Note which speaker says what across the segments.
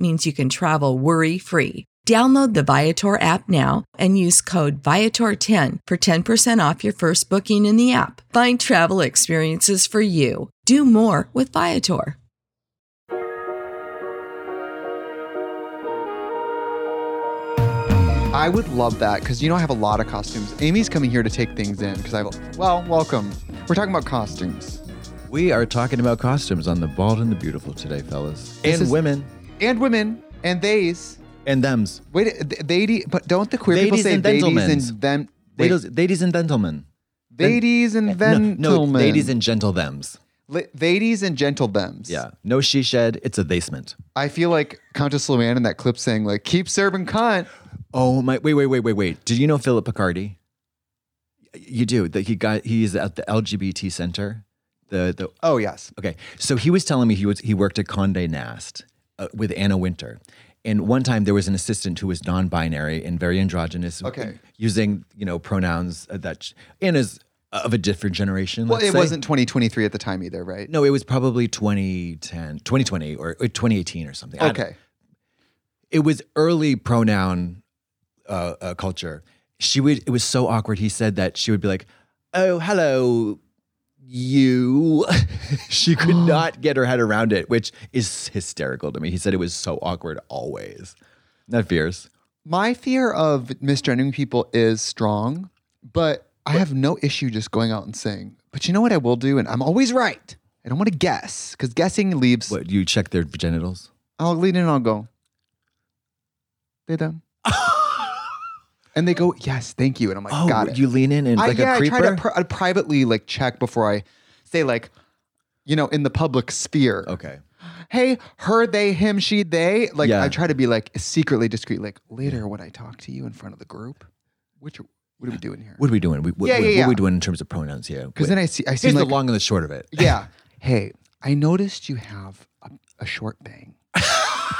Speaker 1: means you can travel worry free. Download the Viator app now and use code Viator10 for 10% off your first booking in the app. Find travel experiences for you. Do more with Viator.
Speaker 2: I would love that because you know I have a lot of costumes. Amy's coming here to take things in because I well, welcome. We're talking about costumes
Speaker 3: We are talking about costumes on the Bald and the Beautiful today, fellas.
Speaker 2: This
Speaker 3: and
Speaker 2: is-
Speaker 3: women.
Speaker 2: and women and theys.
Speaker 3: And thems.
Speaker 2: Wait, th- they but don't the queer people
Speaker 3: Ladies
Speaker 2: say
Speaker 3: and
Speaker 2: ladies
Speaker 3: gentlemens.
Speaker 2: and them? Wait,
Speaker 3: Ladies, ladies and gentlemen.
Speaker 2: ladies and
Speaker 3: Then
Speaker 2: then
Speaker 3: no, no, ladies and gentle thems.
Speaker 2: ladies and gentle thems.
Speaker 3: Yeah. No she shed. It's a basement.
Speaker 2: I feel like Countess Luann in that clip saying like, "Keep serving cunt."
Speaker 3: Oh my! Wait, wait, wait, wait, wait. Do you know Philip Picardi? You do. That he got. He's at the LGBT center. The the
Speaker 2: Oh yes,
Speaker 3: Okay, so he was telling me he was he worked at Condé Nast uh, with Anna Winter, and one time there was an assistant who was non-binary and very androgynous.
Speaker 2: Okay.
Speaker 3: using you know pronouns uh, that sh- Anna's of a different generation.
Speaker 2: well,
Speaker 3: let's
Speaker 2: it
Speaker 3: say.
Speaker 2: wasn't 2023 at the time either, right?
Speaker 3: No, it was probably 2010, 2020 or, or 2018 or something. I don't-
Speaker 2: Okay.
Speaker 3: it was early pronoun uh, uh, culture. She would. It was so awkward. He said that she would be like, "Oh, hello, you." she could not get her head around it, which is hysterical to me. He said it was so awkward always. Not fierce.
Speaker 2: My fear of misgendering people is strong, but I have no issue just going out and saying, but you know what I will do? And I'm always right. I don't want to guess because guessing leaves.
Speaker 3: What you check their genitals?
Speaker 2: I'll lead in and I'll go, they them. and they go, yes, thank you. And I'm like,
Speaker 3: Oh,
Speaker 2: got it.
Speaker 3: you lean in and it's
Speaker 2: I,
Speaker 3: like
Speaker 2: yeah,
Speaker 3: a
Speaker 2: I try
Speaker 3: creeper.
Speaker 2: to pri- I privately like check before I say like, you know, in the public sphere.
Speaker 3: okay.
Speaker 2: hey, her, they, him, she, they. Like
Speaker 3: Yeah.
Speaker 2: I try to be like secretly discreet. Like later when I talk to you in front of the group, which what are we doing here?
Speaker 3: What are we doing? We, what,
Speaker 2: Yeah, yeah,
Speaker 3: what,
Speaker 2: yeah.
Speaker 3: are we doing in terms of pronouns here?
Speaker 2: Because then I see I see
Speaker 3: here's
Speaker 2: like
Speaker 3: the long and the short of it.
Speaker 2: yeah. Hey, I noticed you have a, a short bang.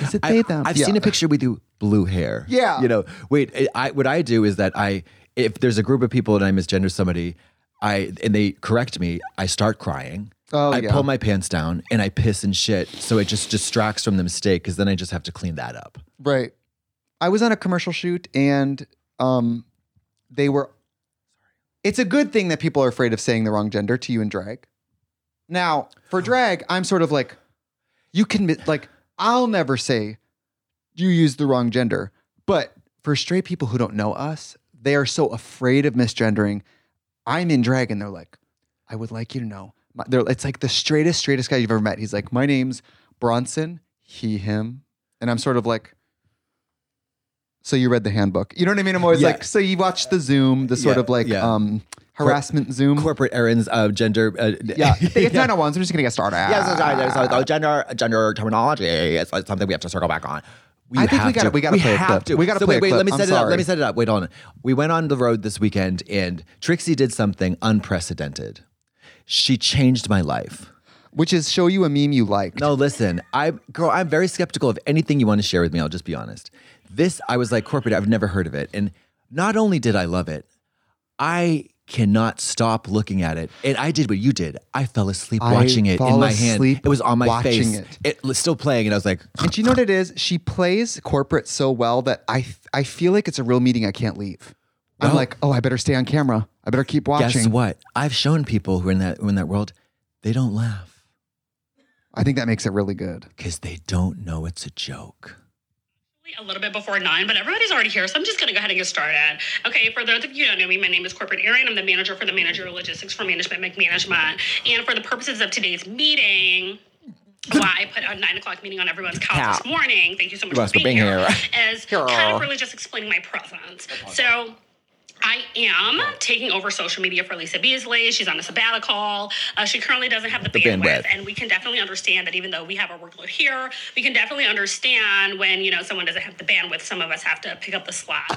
Speaker 2: Is it they them?
Speaker 3: have
Speaker 2: Yeah.
Speaker 3: seen a picture with you, blue hair.
Speaker 2: Yeah.
Speaker 3: You know, wait, I, I what I do is that I if there's a group of people and I misgender somebody, I and they correct me, I start crying.
Speaker 2: Oh,
Speaker 3: I
Speaker 2: yeah.
Speaker 3: pull my pants down and I piss and shit, so it just distracts from the mistake because then I just have to clean that up.
Speaker 2: Right. I was on a commercial shoot and um they were it's a good thing that people are afraid of saying the wrong gender to you in drag. Now, for drag, I'm sort of like you can mi- like I'll never say you use the wrong gender, but for straight people who don't know us, they are so afraid of misgendering. I'm in drag and they're like, I would like you to know. My, they're, it's like the straightest, straightest guy you've ever met. He's like, my name's Bronson, he, him. And I'm sort of like, so you read the handbook. You know what I mean? I'm always
Speaker 3: Yeah.
Speaker 2: like, so you watched the Zoom, the sort
Speaker 3: Yeah,
Speaker 2: of like
Speaker 3: yeah.
Speaker 2: um harassment Zoom.
Speaker 3: Corporate errands of gender. Uh,
Speaker 2: Mm-hmm. yeah, it's 901, so I'm just going to get started.
Speaker 3: Yes, yes, yes, yes, so gender gender terminology is something we have to circle back on. We
Speaker 2: I think we
Speaker 3: have
Speaker 2: gotta- we gotta play a
Speaker 3: have
Speaker 2: clip.
Speaker 3: to.
Speaker 2: We gotta
Speaker 3: so
Speaker 2: play a
Speaker 3: wait, wait,
Speaker 2: clip.
Speaker 3: let me
Speaker 2: I'm
Speaker 3: set it up.
Speaker 2: sorry.
Speaker 3: Let me set it up. Wait, hold on. We went on the road this weekend and Trixie did something unprecedented. She changed my life.
Speaker 2: Which is show you a meme you like.
Speaker 3: No, listen, I girl, I'm very skeptical of anything you want to share with me. I'll just be honest. This I was like corporate. I've never heard of it, and not only did I love it, I cannot stop looking at it. And I did what you did. I fell asleep
Speaker 2: I
Speaker 3: watching it
Speaker 2: fall
Speaker 3: in my hand.
Speaker 2: asleep
Speaker 3: It was on my
Speaker 2: watching
Speaker 3: face.
Speaker 2: it.
Speaker 3: was still playing, and I was like,
Speaker 2: And do you know what it is? She plays corporate so well that I I feel like it's a real meeting I can't leave. I'm
Speaker 3: Well-
Speaker 2: like, oh, I better stay on camera. I better keep watching.
Speaker 3: guess what? I've shown people who are in that who are in that world, they don't laugh
Speaker 2: I think that makes it really good.
Speaker 3: because they don't know it's a joke.
Speaker 4: a little bit before nine, but everybody's already here, so I'm just going to go ahead and get started. Okay, for those of you who don't know me, my name is Corporate Erin. I'm the manager for the managerial logistics for Management McManagement. And for the purposes of today's meeting, why I put a nine o'clock meeting on everyone's
Speaker 3: Yeah.
Speaker 4: calendar this morning. Thank you so much
Speaker 3: Thanks
Speaker 4: for being, here. As
Speaker 3: Sure.
Speaker 4: kind of really just explaining my presence. So I am taking over social media for Lisa Beasley. She's on a sabbatical. Uh, she currently doesn't have the,
Speaker 3: The
Speaker 4: bandwidth,
Speaker 3: bandwidth.
Speaker 4: and we can definitely understand that. Even though we have our workload here, we can definitely understand when you know someone doesn't have the bandwidth. Some of us have to pick up the slack.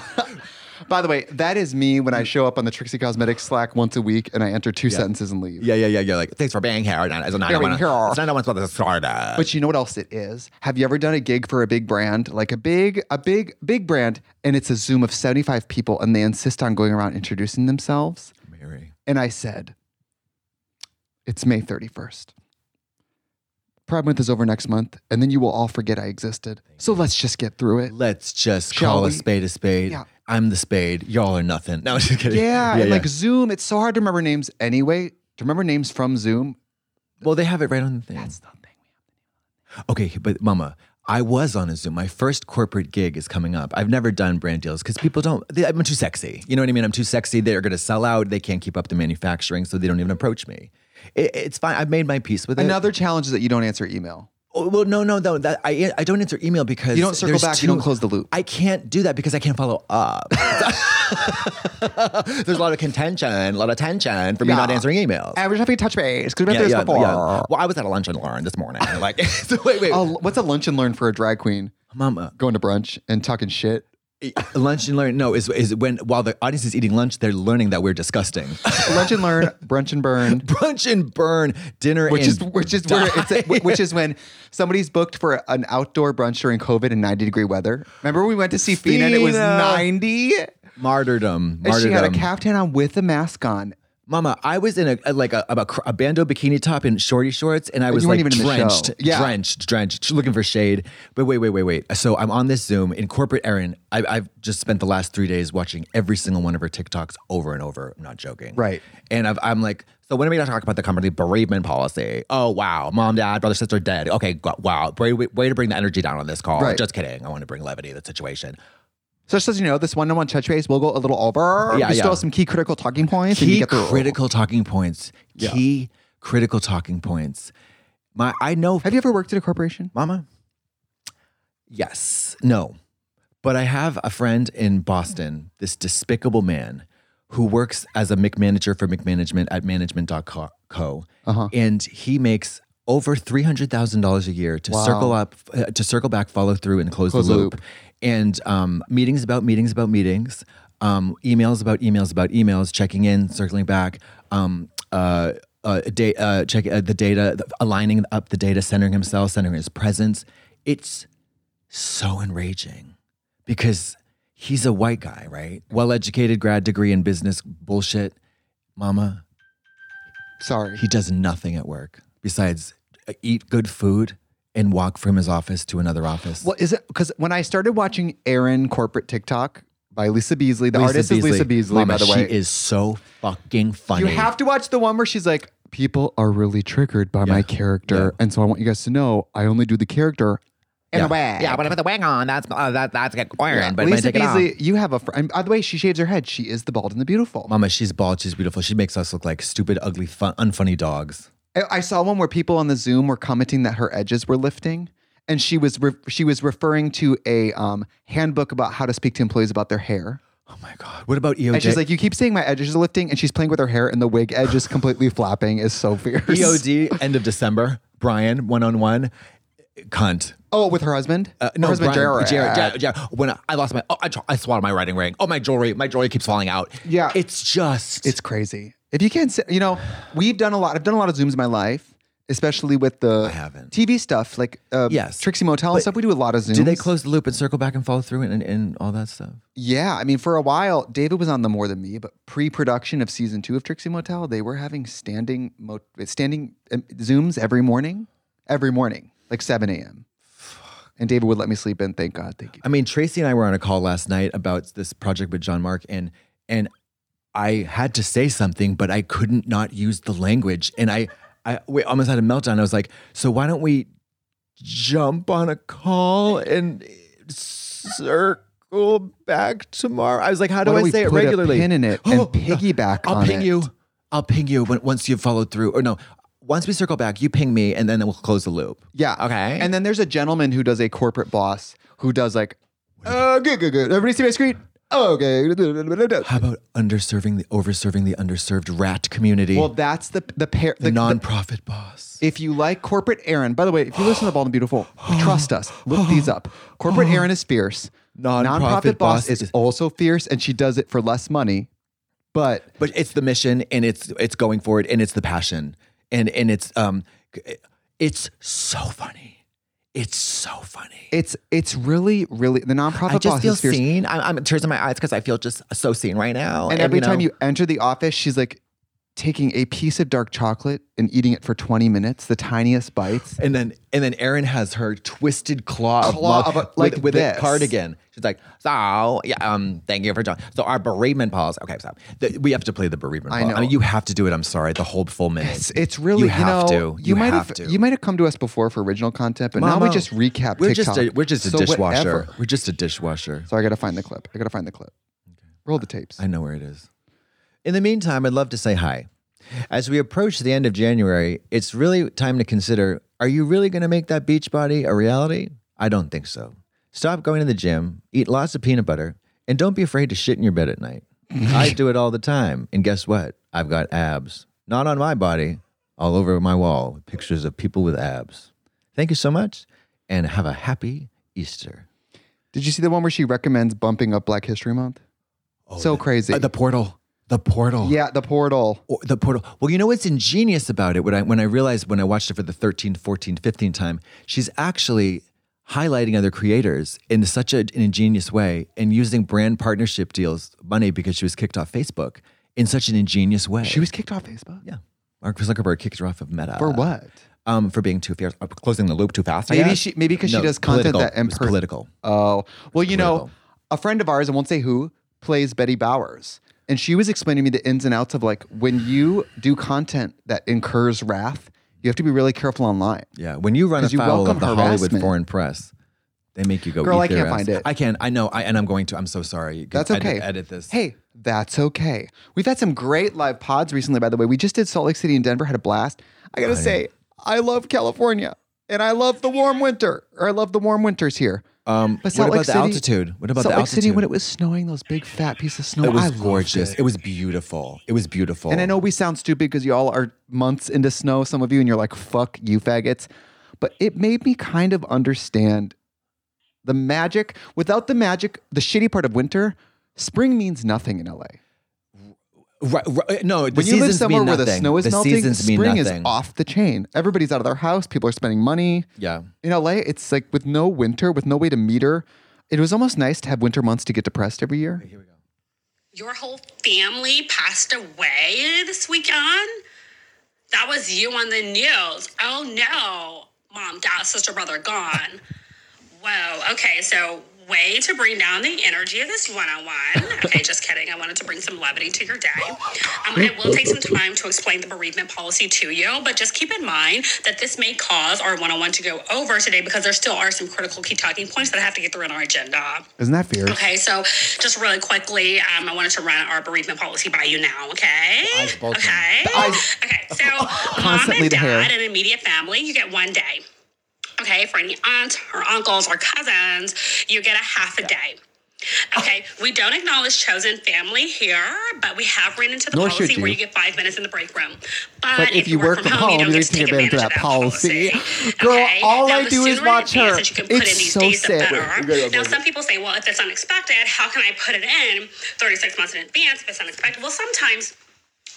Speaker 2: By the way, that is me when I show up on the Trixie Cosmetics Slack once a week and I enter two sentences and leave.
Speaker 3: Yeah, yeah, yeah, yeah. Like, thanks for being here. And It's a nine
Speaker 2: Being
Speaker 3: one. It's
Speaker 2: here.
Speaker 3: nine one about the Florida.
Speaker 2: But you know what else it is? Have you ever done a gig for a big brand, like a big, a big, big brand, and it's a Zoom of 75 people and they insist on going around introducing themselves?
Speaker 3: Mary.
Speaker 2: And I said, It's May 31st. Pride Month is over next month, and then you will all forget I existed. So let's just get through it.
Speaker 3: Let's just
Speaker 2: Shall
Speaker 3: call
Speaker 2: we?
Speaker 3: a spade a spade.
Speaker 2: Yeah.
Speaker 3: I'm the spade. Y'all are nothing. No, I'm just kidding.
Speaker 2: Yeah, and like Zoom, it's so hard to remember names anyway. To remember names from Zoom,
Speaker 3: well, they have it right on the thing.
Speaker 2: that's the thing.
Speaker 3: Okay, but Mama, I was on a Zoom. My first corporate gig is coming up. I've never done brand deals because people don't. They, I'm too sexy. You know what I mean? I'm too sexy. They're going to sell out. They can't keep up the manufacturing, so they don't even approach me. It, it's fine. I've made my peace with it.
Speaker 2: Another challenge is that you don't answer email.
Speaker 3: Oh, well, no, no, no. That I I don't answer email because
Speaker 2: You don't circle
Speaker 3: there's
Speaker 2: back,
Speaker 3: Too,
Speaker 2: you don't close the loop.
Speaker 3: I can't do that because I can't follow up. there's a lot of contention, a lot of tension for me
Speaker 2: Yeah.
Speaker 3: not answering emails.
Speaker 2: I was having touch base because we
Speaker 3: Yeah,
Speaker 2: this
Speaker 3: yeah,
Speaker 2: before.
Speaker 3: yeah. Well, I was at a lunch and learn this morning. Like, so wait, wait,
Speaker 2: Oh, what's a lunch and learn for a drag queen?
Speaker 3: Mama,
Speaker 2: Going to brunch and talking shit.
Speaker 3: lunch and learn. No, is is when while the audience is eating lunch, they're learning that we're disgusting.
Speaker 2: Lunch and learn, brunch and burn.
Speaker 3: Brunch and burn, dinner,
Speaker 2: Which
Speaker 3: and
Speaker 2: is which is where it's
Speaker 3: die.
Speaker 2: which is when somebody's booked for an outdoor brunch during COVID in 90 degree weather. Remember we went to see Fina and it was
Speaker 3: Fina.
Speaker 2: 90?
Speaker 3: martyrdom.
Speaker 2: And she
Speaker 3: martyrdom.
Speaker 2: had a caftan on with a mask on.
Speaker 3: Mama, I was in a, a- like a, a, a bando bikini top and shorty shorts, and I was
Speaker 2: you
Speaker 3: like
Speaker 2: weren't even in the show.
Speaker 3: drenched,
Speaker 2: Yeah.
Speaker 3: drenched, drenched, looking for shade. But wait, wait, wait, wait. So I'm on this Zoom in corporate Erin. I, I've just spent the last three days watching every single one of her TikToks over and over. I'm not joking.
Speaker 2: Right.
Speaker 3: And I've, I'm like, so when are we going to talk about the company bereavement policy? Oh, wow. Mom, dad, brother, sister dead. Okay, go- wow. Way, way- way to bring the energy down on this call.
Speaker 2: Right.
Speaker 3: Just kidding. I want to bring levity to the situation.
Speaker 2: So just as you know, this one-on-one touch base will go a little over.
Speaker 3: Yeah,
Speaker 2: you still
Speaker 3: yeah.
Speaker 2: have some key critical talking points. and you
Speaker 3: key
Speaker 2: get through.
Speaker 3: critical talking points. Key critical talking points. My, I know.
Speaker 2: Have you ever worked at a corporation?
Speaker 3: Mama? Yes. No. But I have a friend in Boston, this despicable man who works as a McManager for McManagement at management.co. co,
Speaker 2: Uh-huh.
Speaker 3: And he makes over $300,000 a year to circle up, uh, to circle back, follow through, and close,
Speaker 2: Close
Speaker 3: the
Speaker 2: the
Speaker 3: loop. And um, meetings about meetings about meetings, um, emails about emails about emails, checking in, circling back, um, uh, uh, da- uh, check uh, the data, aligning up the data, centering himself, centering his presence. It's so enraging because he's a white guy, right? Well educated, grad degree in business bullshit. Mama,
Speaker 2: Sorry.
Speaker 3: he does nothing at work besides uh, eat good food and walk from his office to another office.
Speaker 2: Well, is it because when I started watching Aaron corporate TikTok by Lisa Beasley, the artist is Lisa Beasley,
Speaker 3: Mama,
Speaker 2: by the way.
Speaker 3: She is so fucking funny.
Speaker 2: you have to watch the one where she's like, people are really triggered by my character. And so I want you guys to know I only do the character in
Speaker 3: yeah.
Speaker 2: a way.
Speaker 3: Yeah, but I put the wig on. That's uh, that, that's good.
Speaker 2: Yeah.
Speaker 3: Yeah. But
Speaker 2: Lisa
Speaker 3: if I take
Speaker 2: Beasley,
Speaker 3: it off.
Speaker 2: you have a friend. By the way, she shaves her head. She is the bald and the beautiful.
Speaker 3: Mama, she's bald. She's beautiful. She makes us look like stupid, ugly, fun, unfunny dogs.
Speaker 2: I I saw one where people on the Zoom were commenting that her edges were lifting, and she was re- she was referring to a um, handbook about how to speak to employees about their hair.
Speaker 3: Oh my god. What about EOJ?
Speaker 2: And she's like, "You keep saying my edges are lifting," and she's playing with her hair, and the wig edge is completely flapping. Is so fierce.
Speaker 3: EOD, E end of December. Brian, one on one, cunt.
Speaker 2: Oh, with her husband.
Speaker 3: Uh,
Speaker 2: her husband
Speaker 3: Brian-
Speaker 2: Jared.
Speaker 3: Jared, yeah, yeah. When I, I lost my, oh, I, tr- I swallowed my writing ring. Oh, my jewelry, my jewelry keeps falling out.
Speaker 2: Yeah.
Speaker 3: it's just,
Speaker 2: It's crazy. If you can't, sit, you know, we've done a lot. I've done a lot of zooms in my life, especially with
Speaker 3: I
Speaker 2: the
Speaker 3: haven't.
Speaker 2: TV stuff, like uh,
Speaker 3: Yes.
Speaker 2: Trixie Motel and
Speaker 3: But
Speaker 2: stuff. We do a lot of Zooms.
Speaker 3: Do they close the loop and circle back and follow through and, and, and all that stuff?
Speaker 2: Yeah, I mean, for a while, David was on the More Than Me, but pre-production of season two of Trixie Motel, they were having standing mo- standing um, zooms every morning, every morning, like seven a.m. And David would let me sleep in. Thank God. Thank you.
Speaker 3: I mean, Tracy and I were on a call last night about this project with John Mark, and and I had to say something, but I couldn't not use the language, and I I we almost had a meltdown. I was like, so why don't we jump on a call and circle back tomorrow? I was like, how do
Speaker 2: Why don't
Speaker 3: I
Speaker 2: we
Speaker 3: say it
Speaker 2: put a
Speaker 3: regularly?
Speaker 2: pin in it and
Speaker 3: Oh, no.
Speaker 2: piggyback
Speaker 3: I'll
Speaker 2: on
Speaker 3: ping
Speaker 2: it.
Speaker 3: you. I'll ping you when, once you've followed through, or no. Once we circle back, you ping me, and then we'll close the loop.
Speaker 2: Yeah.
Speaker 3: Okay.
Speaker 2: And then there's a gentleman who does a corporate boss who does like, uh, good, good, good. Everybody see my screen? Okay.
Speaker 3: How about underserving the overserving the underserved rat community?
Speaker 2: Well, that's the the pair.
Speaker 3: the,
Speaker 2: The, the,
Speaker 3: nonprofit boss.
Speaker 2: if you like corporate Aaron, by the way, if you listen to Bald and Beautiful, trust us. Look these up. Corporate Aaron is fierce.
Speaker 3: Nonprofit boss
Speaker 2: boss
Speaker 3: is-
Speaker 2: is also fierce, and she does it for less money. But
Speaker 3: But it's the mission, and it's it's going for it, and it's the passion, and and it's um, it's so funny. It's so funny.
Speaker 2: it's it's really, really the nonprofit
Speaker 3: I just
Speaker 2: boss
Speaker 3: feel
Speaker 2: is fierce.
Speaker 3: seen. I'm, I'm tears in my eyes because I feel just so seen right now.
Speaker 2: And every time
Speaker 3: know,
Speaker 2: you enter the office, she's like taking a piece of dark chocolate and eating it for 20 minutes, the tiniest bites.
Speaker 3: and then and then Erin has her twisted claw, of
Speaker 2: Claw
Speaker 3: love
Speaker 2: of a-
Speaker 3: with-
Speaker 2: like
Speaker 3: with,
Speaker 2: this.
Speaker 3: a cardigan. She's like, so yeah, um, thank you for joining. So our bereavement pause. Okay, stop. The- we have to play the bereavement.
Speaker 2: I
Speaker 3: pause.
Speaker 2: know.
Speaker 3: I mean, you have to do it. I'm sorry. The whole full minute.
Speaker 2: It's, it's really
Speaker 3: you
Speaker 2: you,
Speaker 3: have
Speaker 2: know,
Speaker 3: to.
Speaker 2: You, might
Speaker 3: have
Speaker 2: have
Speaker 3: to.
Speaker 2: you might have come to us before for original content, but now we
Speaker 3: Mama,
Speaker 2: just recap
Speaker 3: We're
Speaker 2: TikTok.
Speaker 3: just a, we're just a
Speaker 2: So
Speaker 3: dishwasher.
Speaker 2: whatever.
Speaker 3: We're just a dishwasher.
Speaker 2: So I gotta find the clip. I gotta find the clip. Roll the tapes.
Speaker 3: I know where it is. In the meantime, I'd love to say hi. As we approach the end of January, it's really time to consider are you really going to make that beach body a reality? I don't think so. Stop going to the gym, eat lots of peanut butter, and don't be afraid to shit in your bed at night. I do it all the time. And guess what? I've got abs. Not on my body, all over my wall, with pictures of people with abs. Thank you so much, and have a happy Easter.
Speaker 2: Did you see the one where she recommends bumping up Black History Month? so crazy.
Speaker 3: Uh, the portal. The portal.
Speaker 2: yeah, the portal.
Speaker 3: Or the portal. Well, you know what's ingenious about it? When I when I realized when I watched it for the 13th, 14th, 15th time, she's actually highlighting other creators in such a, an ingenious way and using brand partnership deals money because she was kicked off Facebook in such an ingenious way.
Speaker 2: She was kicked off Facebook.
Speaker 3: yeah. Mark Zuckerberg kicked her off of Meta
Speaker 2: For what?
Speaker 3: Um, for being too fierce, uh, closing the loop too fast. I
Speaker 2: Maybe
Speaker 3: guess.
Speaker 2: she- maybe 'cause she
Speaker 3: No,
Speaker 2: does content
Speaker 3: political.
Speaker 2: that
Speaker 3: It was
Speaker 2: imper-
Speaker 3: political.
Speaker 2: Oh, well, you know,
Speaker 3: political.
Speaker 2: a friend of ours, I won't say who, plays Betty Bowers. And she was explaining to me the ins and outs of like when you do content that incurs wrath, you have to be really careful online.
Speaker 3: Yeah, when you run
Speaker 2: 'Cause you
Speaker 3: afoul of
Speaker 2: welcome
Speaker 3: the Hollywood
Speaker 2: harassment.
Speaker 3: Foreign Press, they make you go.
Speaker 2: Girl,
Speaker 3: eat
Speaker 2: I
Speaker 3: their
Speaker 2: can't
Speaker 3: ass.
Speaker 2: find it.
Speaker 3: I can. I know. I and I'm going to. I'm so sorry. You can
Speaker 2: That's
Speaker 3: edit-
Speaker 2: okay.
Speaker 3: Edit this.
Speaker 2: Hey, that's okay. We've had some great live pods recently, by the way. We just did Salt Lake City and Denver, had a blast. I gotta say, I love California and I love the warm winter, or I love the warm winters here.
Speaker 3: Um,
Speaker 2: But
Speaker 3: what
Speaker 2: Salt
Speaker 3: about
Speaker 2: Lake
Speaker 3: the
Speaker 2: City-
Speaker 3: altitude? What about
Speaker 2: Salt
Speaker 3: the
Speaker 2: Lake
Speaker 3: altitude?
Speaker 2: City when it was snowing, those big fat pieces of snow.
Speaker 3: It was
Speaker 2: I loved
Speaker 3: gorgeous.
Speaker 2: it.
Speaker 3: It. was beautiful. It was beautiful.
Speaker 2: And I know we sound stupid because you all are months into snow, some of you, and you're like, fuck you faggots. But it made me kind of understand the magic. Without the magic, the shitty part of winter, spring means nothing in LA.
Speaker 3: Right, right, no, the
Speaker 2: When you live
Speaker 3: seasons mean
Speaker 2: somewhere where the
Speaker 3: nothing.
Speaker 2: snow is
Speaker 3: the
Speaker 2: melting,
Speaker 3: seasons mean
Speaker 2: spring is
Speaker 3: nothing.
Speaker 2: off the chain. Everybody's out of their house. People are spending money.
Speaker 3: Yeah,
Speaker 2: In LA, it's like with no winter, with no way to meter. It was almost nice to have winter months to get depressed every year.
Speaker 4: Your whole family passed away this weekend? That was you on the news. Oh no. Mom, dad, sister, brother gone. Whoa. Okay, so way to bring down the energy of this one on one. Okay, just kidding. I wanted to bring some levity to your day. Um, I will take some time to explain the bereavement policy to you, but just keep in mind that this may cause our one on one to go over today because there still are some critical key talking points that I have to get through on our agenda.
Speaker 2: Isn't that fierce?
Speaker 4: Okay, so just really quickly, um, I wanted to run our bereavement policy by you now, okay?
Speaker 3: eyes bulging.
Speaker 4: okay. Okay, so mom
Speaker 2: Constantly
Speaker 4: and
Speaker 2: the hair.
Speaker 4: dad and immediate family, you get one day. Okay, for any aunts or uncles or cousins, you get a half a day. Okay, we don't acknowledge chosen family here, but we have ran into the
Speaker 2: Nor
Speaker 4: policy
Speaker 2: should
Speaker 4: where
Speaker 2: you.
Speaker 4: you get five minutes in the break room. But,
Speaker 2: But
Speaker 4: if you work from home, you don't
Speaker 2: need
Speaker 4: get to take advantage of that policy.
Speaker 2: Girl, all
Speaker 4: Now,
Speaker 2: I
Speaker 4: the
Speaker 2: do is
Speaker 4: sooner in
Speaker 2: watch her.
Speaker 4: advance that you can put
Speaker 2: It's
Speaker 4: in these
Speaker 2: so
Speaker 4: days, the
Speaker 2: sad.
Speaker 4: better. Now, some people say, well, if it's unexpected, how can I put it in 36 months in advance if it's unexpected? Well, sometimes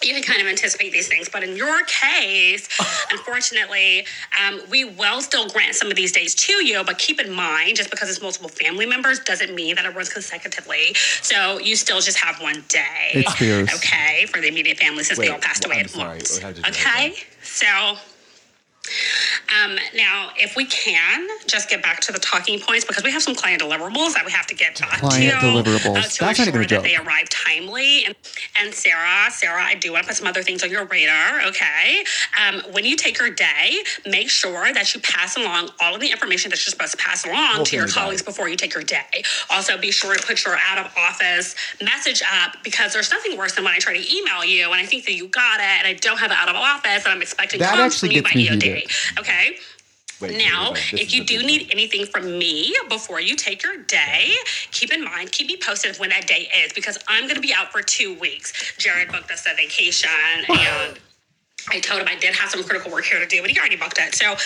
Speaker 4: you can kind of anticipate these things. But in your case, unfortunately, um, we will still grant some of these days to you. But keep in mind, just because it's multiple family members doesn't mean that it runs consecutively. So you still just have one day.
Speaker 2: It's fierce.
Speaker 4: Okay, for the immediate family since they all passed away
Speaker 3: I'm
Speaker 4: at
Speaker 3: sorry.
Speaker 4: once.
Speaker 3: How did you know
Speaker 4: Okay, so. Um, now, if we can, just get back to the talking points because we have some client deliverables that we have to get back
Speaker 2: Client
Speaker 4: to.
Speaker 2: deliverables.
Speaker 4: uh,
Speaker 2: That's
Speaker 4: to
Speaker 2: not even a
Speaker 4: ensure that
Speaker 2: joke.
Speaker 4: they arrive timely. And, and Sarah, Sarah, I do want to put some other things on your radar, okay? Um, when you take your day, make sure that you pass along all of the information that you're supposed to pass along to your
Speaker 3: Hopefully
Speaker 4: colleagues before you take your day. Also, be sure to put your out of office message up because there's nothing worse than when I try to email you and I think that you got it and I don't have out of office and I'm expecting
Speaker 2: That
Speaker 4: comms
Speaker 2: actually
Speaker 4: from you by
Speaker 2: gets me
Speaker 4: EOD,
Speaker 2: heated.
Speaker 4: okay?
Speaker 3: Wait,
Speaker 4: now,
Speaker 3: wait, wait, this
Speaker 4: if
Speaker 3: is
Speaker 4: you
Speaker 3: the
Speaker 4: do
Speaker 3: big
Speaker 4: need anything from me before you take your day, keep in mind, keep me posted of when that day is because I'm going to be out for two weeks. Jared booked us a vacation and. I told him I did have some critical work here to do, but he already booked it. So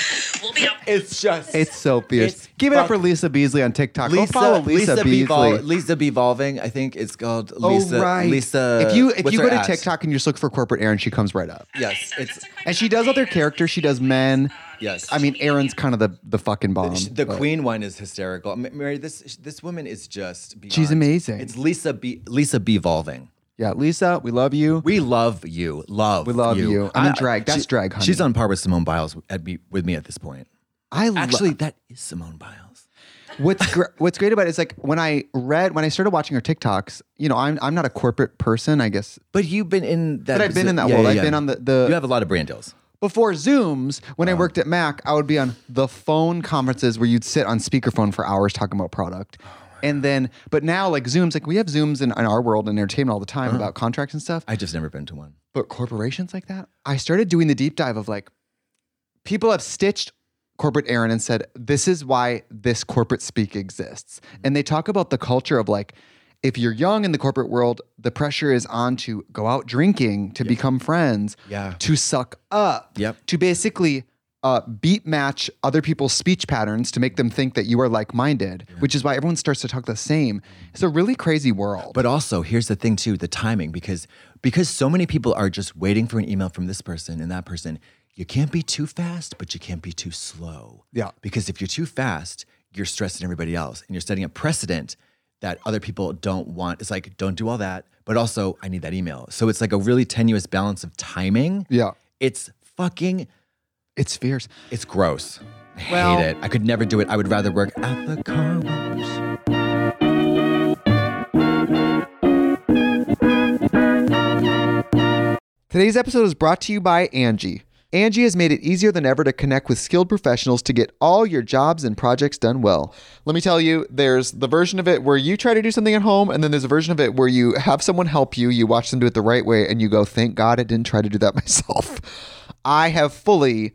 Speaker 4: we'll be out.
Speaker 3: one. It's just
Speaker 2: It's so fierce.
Speaker 3: It's
Speaker 2: Give it up for
Speaker 3: fuck-
Speaker 2: Lisa Beasley on TikTok. Go follow Lisa, Beasley.
Speaker 3: Bevol- Lisa Bevolving, I think it's called Lisa.
Speaker 2: oh right,
Speaker 3: Lisa.
Speaker 2: If you if
Speaker 3: what's
Speaker 2: you
Speaker 3: her
Speaker 2: go to
Speaker 3: at?
Speaker 2: TikTok and you just look for corporate Aaron, she comes right up.
Speaker 3: yes,
Speaker 4: so
Speaker 3: it's
Speaker 4: just a quick
Speaker 2: And she does other
Speaker 4: update.
Speaker 2: characters. She does men.
Speaker 3: yes.
Speaker 2: I mean, Aaron's kind of the the fucking bomb.
Speaker 3: the
Speaker 2: Um, but-
Speaker 3: Queen one is hysterical. M- Mary, this this woman is just beyond.
Speaker 2: She's amazing.
Speaker 3: It's Lisa Be- Lisa Bevolving.
Speaker 2: Yeah, Lisa, we love you.
Speaker 3: We love you. Love.
Speaker 2: We love you. I'm in drag. That's drag, honey.
Speaker 3: She's on par with Simone Biles at me, with me at this point.
Speaker 2: I lo-
Speaker 3: Actually, that is Simone Biles.
Speaker 2: What's gr- what's great about it is like when I read when I started watching her TikToks, you know, I'm I'm not a corporate person, I guess.
Speaker 3: But you've been in that.
Speaker 2: But I've been in that
Speaker 3: yeah,
Speaker 2: world.
Speaker 3: yeah,
Speaker 2: I've
Speaker 3: yeah.
Speaker 2: been on the, the
Speaker 3: You have a lot of brand deals.
Speaker 2: before Zooms, when I worked at Mac, I would be on the phone conferences where you'd sit on speakerphone for hours talking about product. and then but now like Zooms, like we have Zooms in, in our world and entertainment all the time about contracts and stuff.
Speaker 3: I just never been to one.
Speaker 2: but corporations like that, I started doing the deep dive of like people have stitched corporate Aaron and said, this is why this corporate speak exists.
Speaker 3: Mm-hmm.
Speaker 2: And they talk about the culture of like, if you're young in the corporate world, the pressure is on to go out drinking, to become friends,
Speaker 3: Yeah.
Speaker 2: to suck up,
Speaker 3: Yep.
Speaker 2: to basically uh, beat match other people's speech patterns to make them think that you are like minded, which is why everyone starts to talk the same. It's a really crazy world.
Speaker 3: Mm-hmm. But also, here's the thing too: the timing, because because so many people are just waiting for an email from this person and that person. You can't be too fast, but you can't be too slow.
Speaker 2: Yeah.
Speaker 3: Because if you're too fast, you're stressing everybody else, and you're setting a precedent that other people don't want. It's like don't do all that, but also I need that email. So it's like a really tenuous balance of timing.
Speaker 2: yeah,
Speaker 3: It's fucking.
Speaker 2: it's fierce.
Speaker 3: It's gross. I
Speaker 2: Well-
Speaker 3: hate it. I could never do it. I would rather work at the car wash.
Speaker 2: Today's episode is brought to you by Angie. Angie has made it easier than ever to connect with skilled professionals to get all your jobs and projects done well. Let me tell you, there's the version of it where you try to do something at home, and then there's a version of it where you have someone help you, you watch them do it the right way, and you go, thank God I didn't try to do that myself. I have fully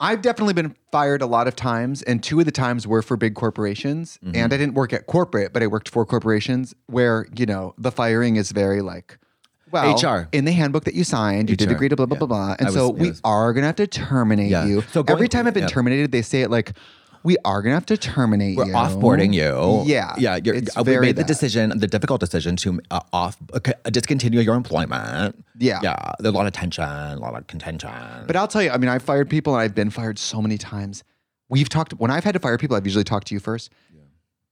Speaker 2: I've definitely been fired a lot of times, and two of the times were for big corporations.
Speaker 3: Mm-hmm.
Speaker 2: And I didn't work at corporate, but I worked for corporations where, you know, the firing is very like, well,
Speaker 3: HR.
Speaker 2: in the handbook that you signed, you did
Speaker 3: HR,
Speaker 2: agree to blah, blah,
Speaker 3: yeah.
Speaker 2: blah, blah. And
Speaker 3: I
Speaker 2: so
Speaker 3: was- it
Speaker 2: we
Speaker 3: was-
Speaker 2: are going to have to terminate
Speaker 3: Yeah.
Speaker 2: you.
Speaker 3: So going-
Speaker 2: Every time I've been
Speaker 3: yeah.
Speaker 2: terminated, they say it like, we are going to have to terminate
Speaker 3: We're
Speaker 2: you.
Speaker 3: offboarding you.
Speaker 2: Yeah.
Speaker 3: yeah. You're,
Speaker 2: It's
Speaker 3: uh, we
Speaker 2: very
Speaker 3: made the
Speaker 2: that.
Speaker 3: decision, the difficult decision to uh, off uh, c- uh, discontinue your employment.
Speaker 2: Yeah.
Speaker 3: yeah. There's a lot of tension, a lot of contention.
Speaker 2: But I'll tell you, I mean, I've fired people and I've been fired so many times. We've talked, when I've had to fire people, I've usually talked to you first.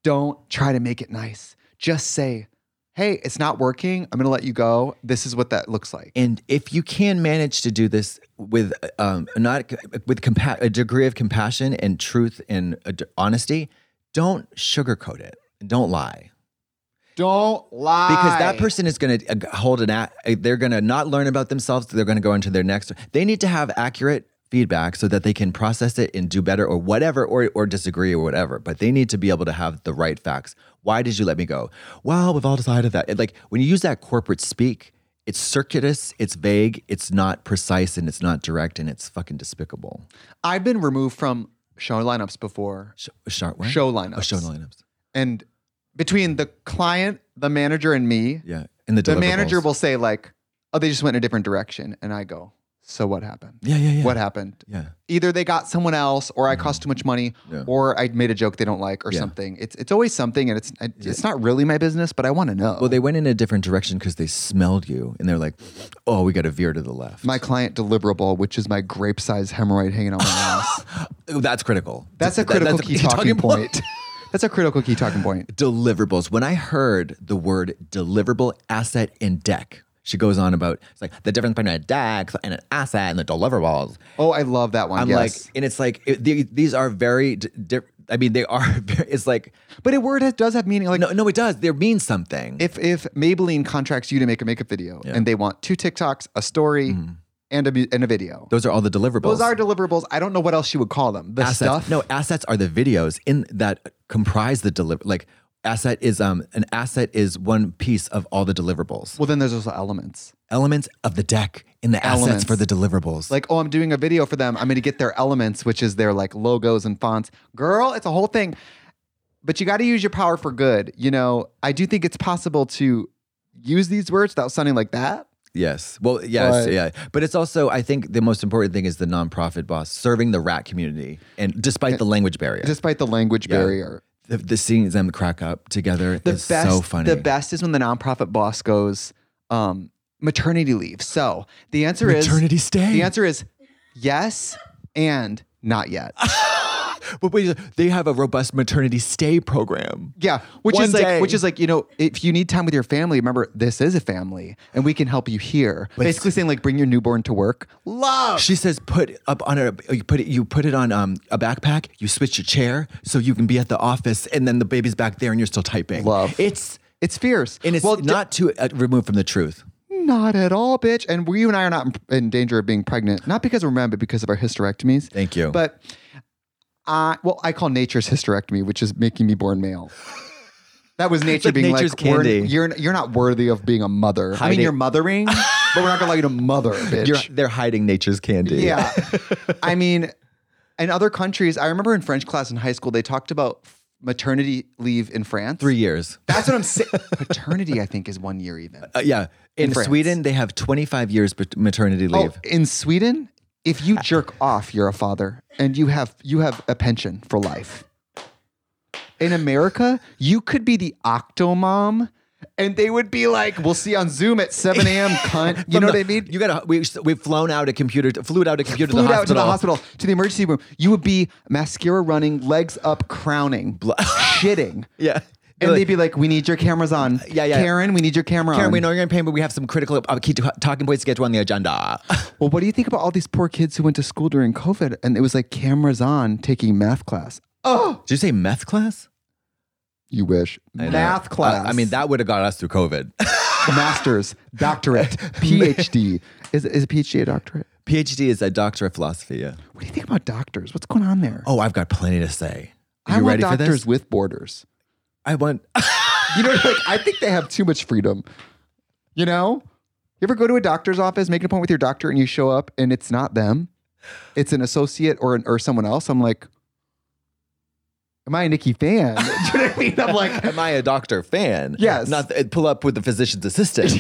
Speaker 2: Don't try to make it nice. Just say, hey, it's not working. I'm going to let you go. This is what that looks like.
Speaker 3: And if you can manage to do this with um, not with compa- a degree of compassion and truth and uh, d- honesty, don't sugarcoat it. Don't lie
Speaker 2: Don't lie.
Speaker 3: because that person is going to hold an. A- uh, they're going to not learn about themselves. They're going to go into their next. They need to have accurate feedback so that they can process it and do better or whatever or or disagree or whatever. But they need to be able to have the right facts. Why did you let me go? Well, we've all decided that. It- like when you use that corporate speak, it's circuitous, it's vague, it's not precise, and it's not direct, and it's fucking despicable.
Speaker 2: I've been removed from show lineups before.
Speaker 3: Sh- sharp what?
Speaker 2: Show lineups.
Speaker 3: Oh, show lineups.
Speaker 2: And between the client, the manager, and me,
Speaker 3: Yeah, and the
Speaker 2: the manager
Speaker 3: deliverables.
Speaker 2: will say, like, oh, they just went in a different direction. And I go, so what happened?
Speaker 3: Yeah, yeah, yeah.
Speaker 2: What happened?
Speaker 3: Yeah.
Speaker 2: either they got someone else or I cost too much money
Speaker 3: Mm-hmm. Yeah.
Speaker 2: or I made a joke they don't like or
Speaker 3: Yeah.
Speaker 2: something. It's it's always something and it's I, it's not really my business, but I want to know.
Speaker 3: Well, they went in a different direction because they smelled you, and they're like, "Oh, we got to veer to the left."
Speaker 2: my client deliverable, which is my grape sized hemorrhoid hanging out my ass.
Speaker 3: Oh, that's critical.
Speaker 2: That's a
Speaker 3: Th- th-
Speaker 2: critical
Speaker 3: a
Speaker 2: key talking, point. That's a critical key talking point.
Speaker 3: deliverables. When I heard the word deliverable, asset, and deck, she goes on about it's like the difference between a deck and an asset and the deliverables.
Speaker 2: Oh, I love that one.
Speaker 3: I'm
Speaker 2: yes.
Speaker 3: like, and it's like it, the- these are very. D- di- I mean, they are. Very, it's like,
Speaker 2: but a word has, does have meaning. Like
Speaker 3: no, no, it does. They mean something.
Speaker 2: if if Maybelline contracts you to make a makeup video
Speaker 3: Yeah.
Speaker 2: and they want two TikToks, a story, and a mu- and a video.
Speaker 3: those are all the deliverables.
Speaker 2: Those are deliverables. I don't know what else you would call them. The
Speaker 3: assets.
Speaker 2: stuff.
Speaker 3: No, assets are the videos in that comprise the deliver. Like asset is um an asset is one piece of all the deliverables.
Speaker 2: Well, then there's also elements.
Speaker 3: Elements of the deck in the assets
Speaker 2: Elements.
Speaker 3: for the deliverables.
Speaker 2: like, oh, I'm doing a video for them. I'm going to get their elements, which is their like logos and fonts. Girl, it's a whole thing. But you got to use your power for good. You know, I do think it's possible to use these words without sounding like that.
Speaker 3: yes. Well, yes,
Speaker 2: But-
Speaker 3: yeah. But it's also I think the most important thing is the nonprofit boss serving the rat community and despite the language barrier.
Speaker 2: Despite the language
Speaker 3: Yeah.
Speaker 2: barrier.
Speaker 3: the, the seeing them crack up together
Speaker 2: The
Speaker 3: is
Speaker 2: best
Speaker 3: so funny.
Speaker 2: the best is when the nonprofit boss goes um maternity leave. So, the answer
Speaker 3: maternity
Speaker 2: is
Speaker 3: stay.
Speaker 2: The answer is yes and not yet.
Speaker 3: But wait, they have a robust maternity stay program.
Speaker 2: Yeah, which
Speaker 3: One
Speaker 2: is like,
Speaker 3: day.
Speaker 2: which is like, you know, if you need time with your family, remember this is a family, and we can help you here. Basically saying like, bring your newborn to work. Love.
Speaker 3: She says, "Put up on a you put it you put it on um, a backpack. You switch your chair so you can be at the office, and then the baby's back there, and you're still typing.
Speaker 2: Love.
Speaker 3: It's
Speaker 2: It's fierce,
Speaker 3: and it's
Speaker 2: well, d-
Speaker 3: not too uh, removed from the truth.
Speaker 2: not at all, bitch. And we, you and I are not in, in danger of being pregnant, not because of men, but because of our hysterectomies.
Speaker 3: Thank you.
Speaker 2: But I, well, I call nature's hysterectomy, which is making me born male. That was nature
Speaker 3: like
Speaker 2: being
Speaker 3: nature's
Speaker 2: like, we're-
Speaker 3: candy.
Speaker 2: you're you're not worthy of being a mother. I mean,
Speaker 3: Hiding-
Speaker 2: you're mothering, but we're not gonna allow you to mother, bitch.
Speaker 3: You're, they're hiding nature's candy.
Speaker 2: Yeah. I mean, in other countries, I remember in French class in high school, they talked about maternity leave in France.
Speaker 3: three years.
Speaker 2: That's what I'm saying. Paternity, I think, is one year even.
Speaker 3: Uh, yeah, in,
Speaker 2: In France.
Speaker 3: Sweden they have 25 years pat- maternity
Speaker 2: Oh,
Speaker 3: leave.
Speaker 2: in Sweden, if you jerk off, you're a father and you have you have a pension for life. In America, you could be the octomom and they would be like, we'll see on Zoom at 7 a.m., cunt. You
Speaker 3: From
Speaker 2: know
Speaker 3: the-
Speaker 2: what I mean?
Speaker 3: You got we we've flown out a computer, flew out a computer to
Speaker 2: flew
Speaker 3: the
Speaker 2: out to the
Speaker 3: hospital.
Speaker 2: hospital to the emergency room. You would be mascara running, legs up, crowning, shitting.
Speaker 3: Yeah.
Speaker 2: And
Speaker 3: Like,
Speaker 2: they'd be like, "We need your cameras on,
Speaker 3: Yeah, yeah.
Speaker 2: Karen. We need your camera
Speaker 3: Karen,
Speaker 2: on."
Speaker 3: we know you're in pain, but we have some critical uh, key to- talking points to get to on the agenda.
Speaker 2: Well, what do you think about all these poor kids who went to school during COVID and it was like cameras on taking math class? Oh,
Speaker 3: Did you say meth class?
Speaker 2: you wish
Speaker 3: I know.
Speaker 2: math class.
Speaker 3: I, I mean, that would have got us through COVID.
Speaker 2: master's, doctorate, PhD. Is is a PhD a doctorate?
Speaker 3: PhD is a doctor of philosophy. Yeah.
Speaker 2: What do you think about doctors? What's going on there?
Speaker 3: Oh, I've got plenty to say. Are
Speaker 2: I
Speaker 3: you
Speaker 2: want
Speaker 3: ready for
Speaker 2: doctors
Speaker 3: this?
Speaker 2: with borders.
Speaker 3: I want.
Speaker 2: You know, like I think they have too much freedom. You know, You ever go to a doctor's office, make an appointment with your doctor, and you show up and it's not them? It's an associate or an, or someone else. I'm like, am I a Nikki fan? Do you know what I mean? I'm like,
Speaker 3: Am I a doctor fan?
Speaker 2: Yes.
Speaker 3: Not th- pull up with the physician's assistant.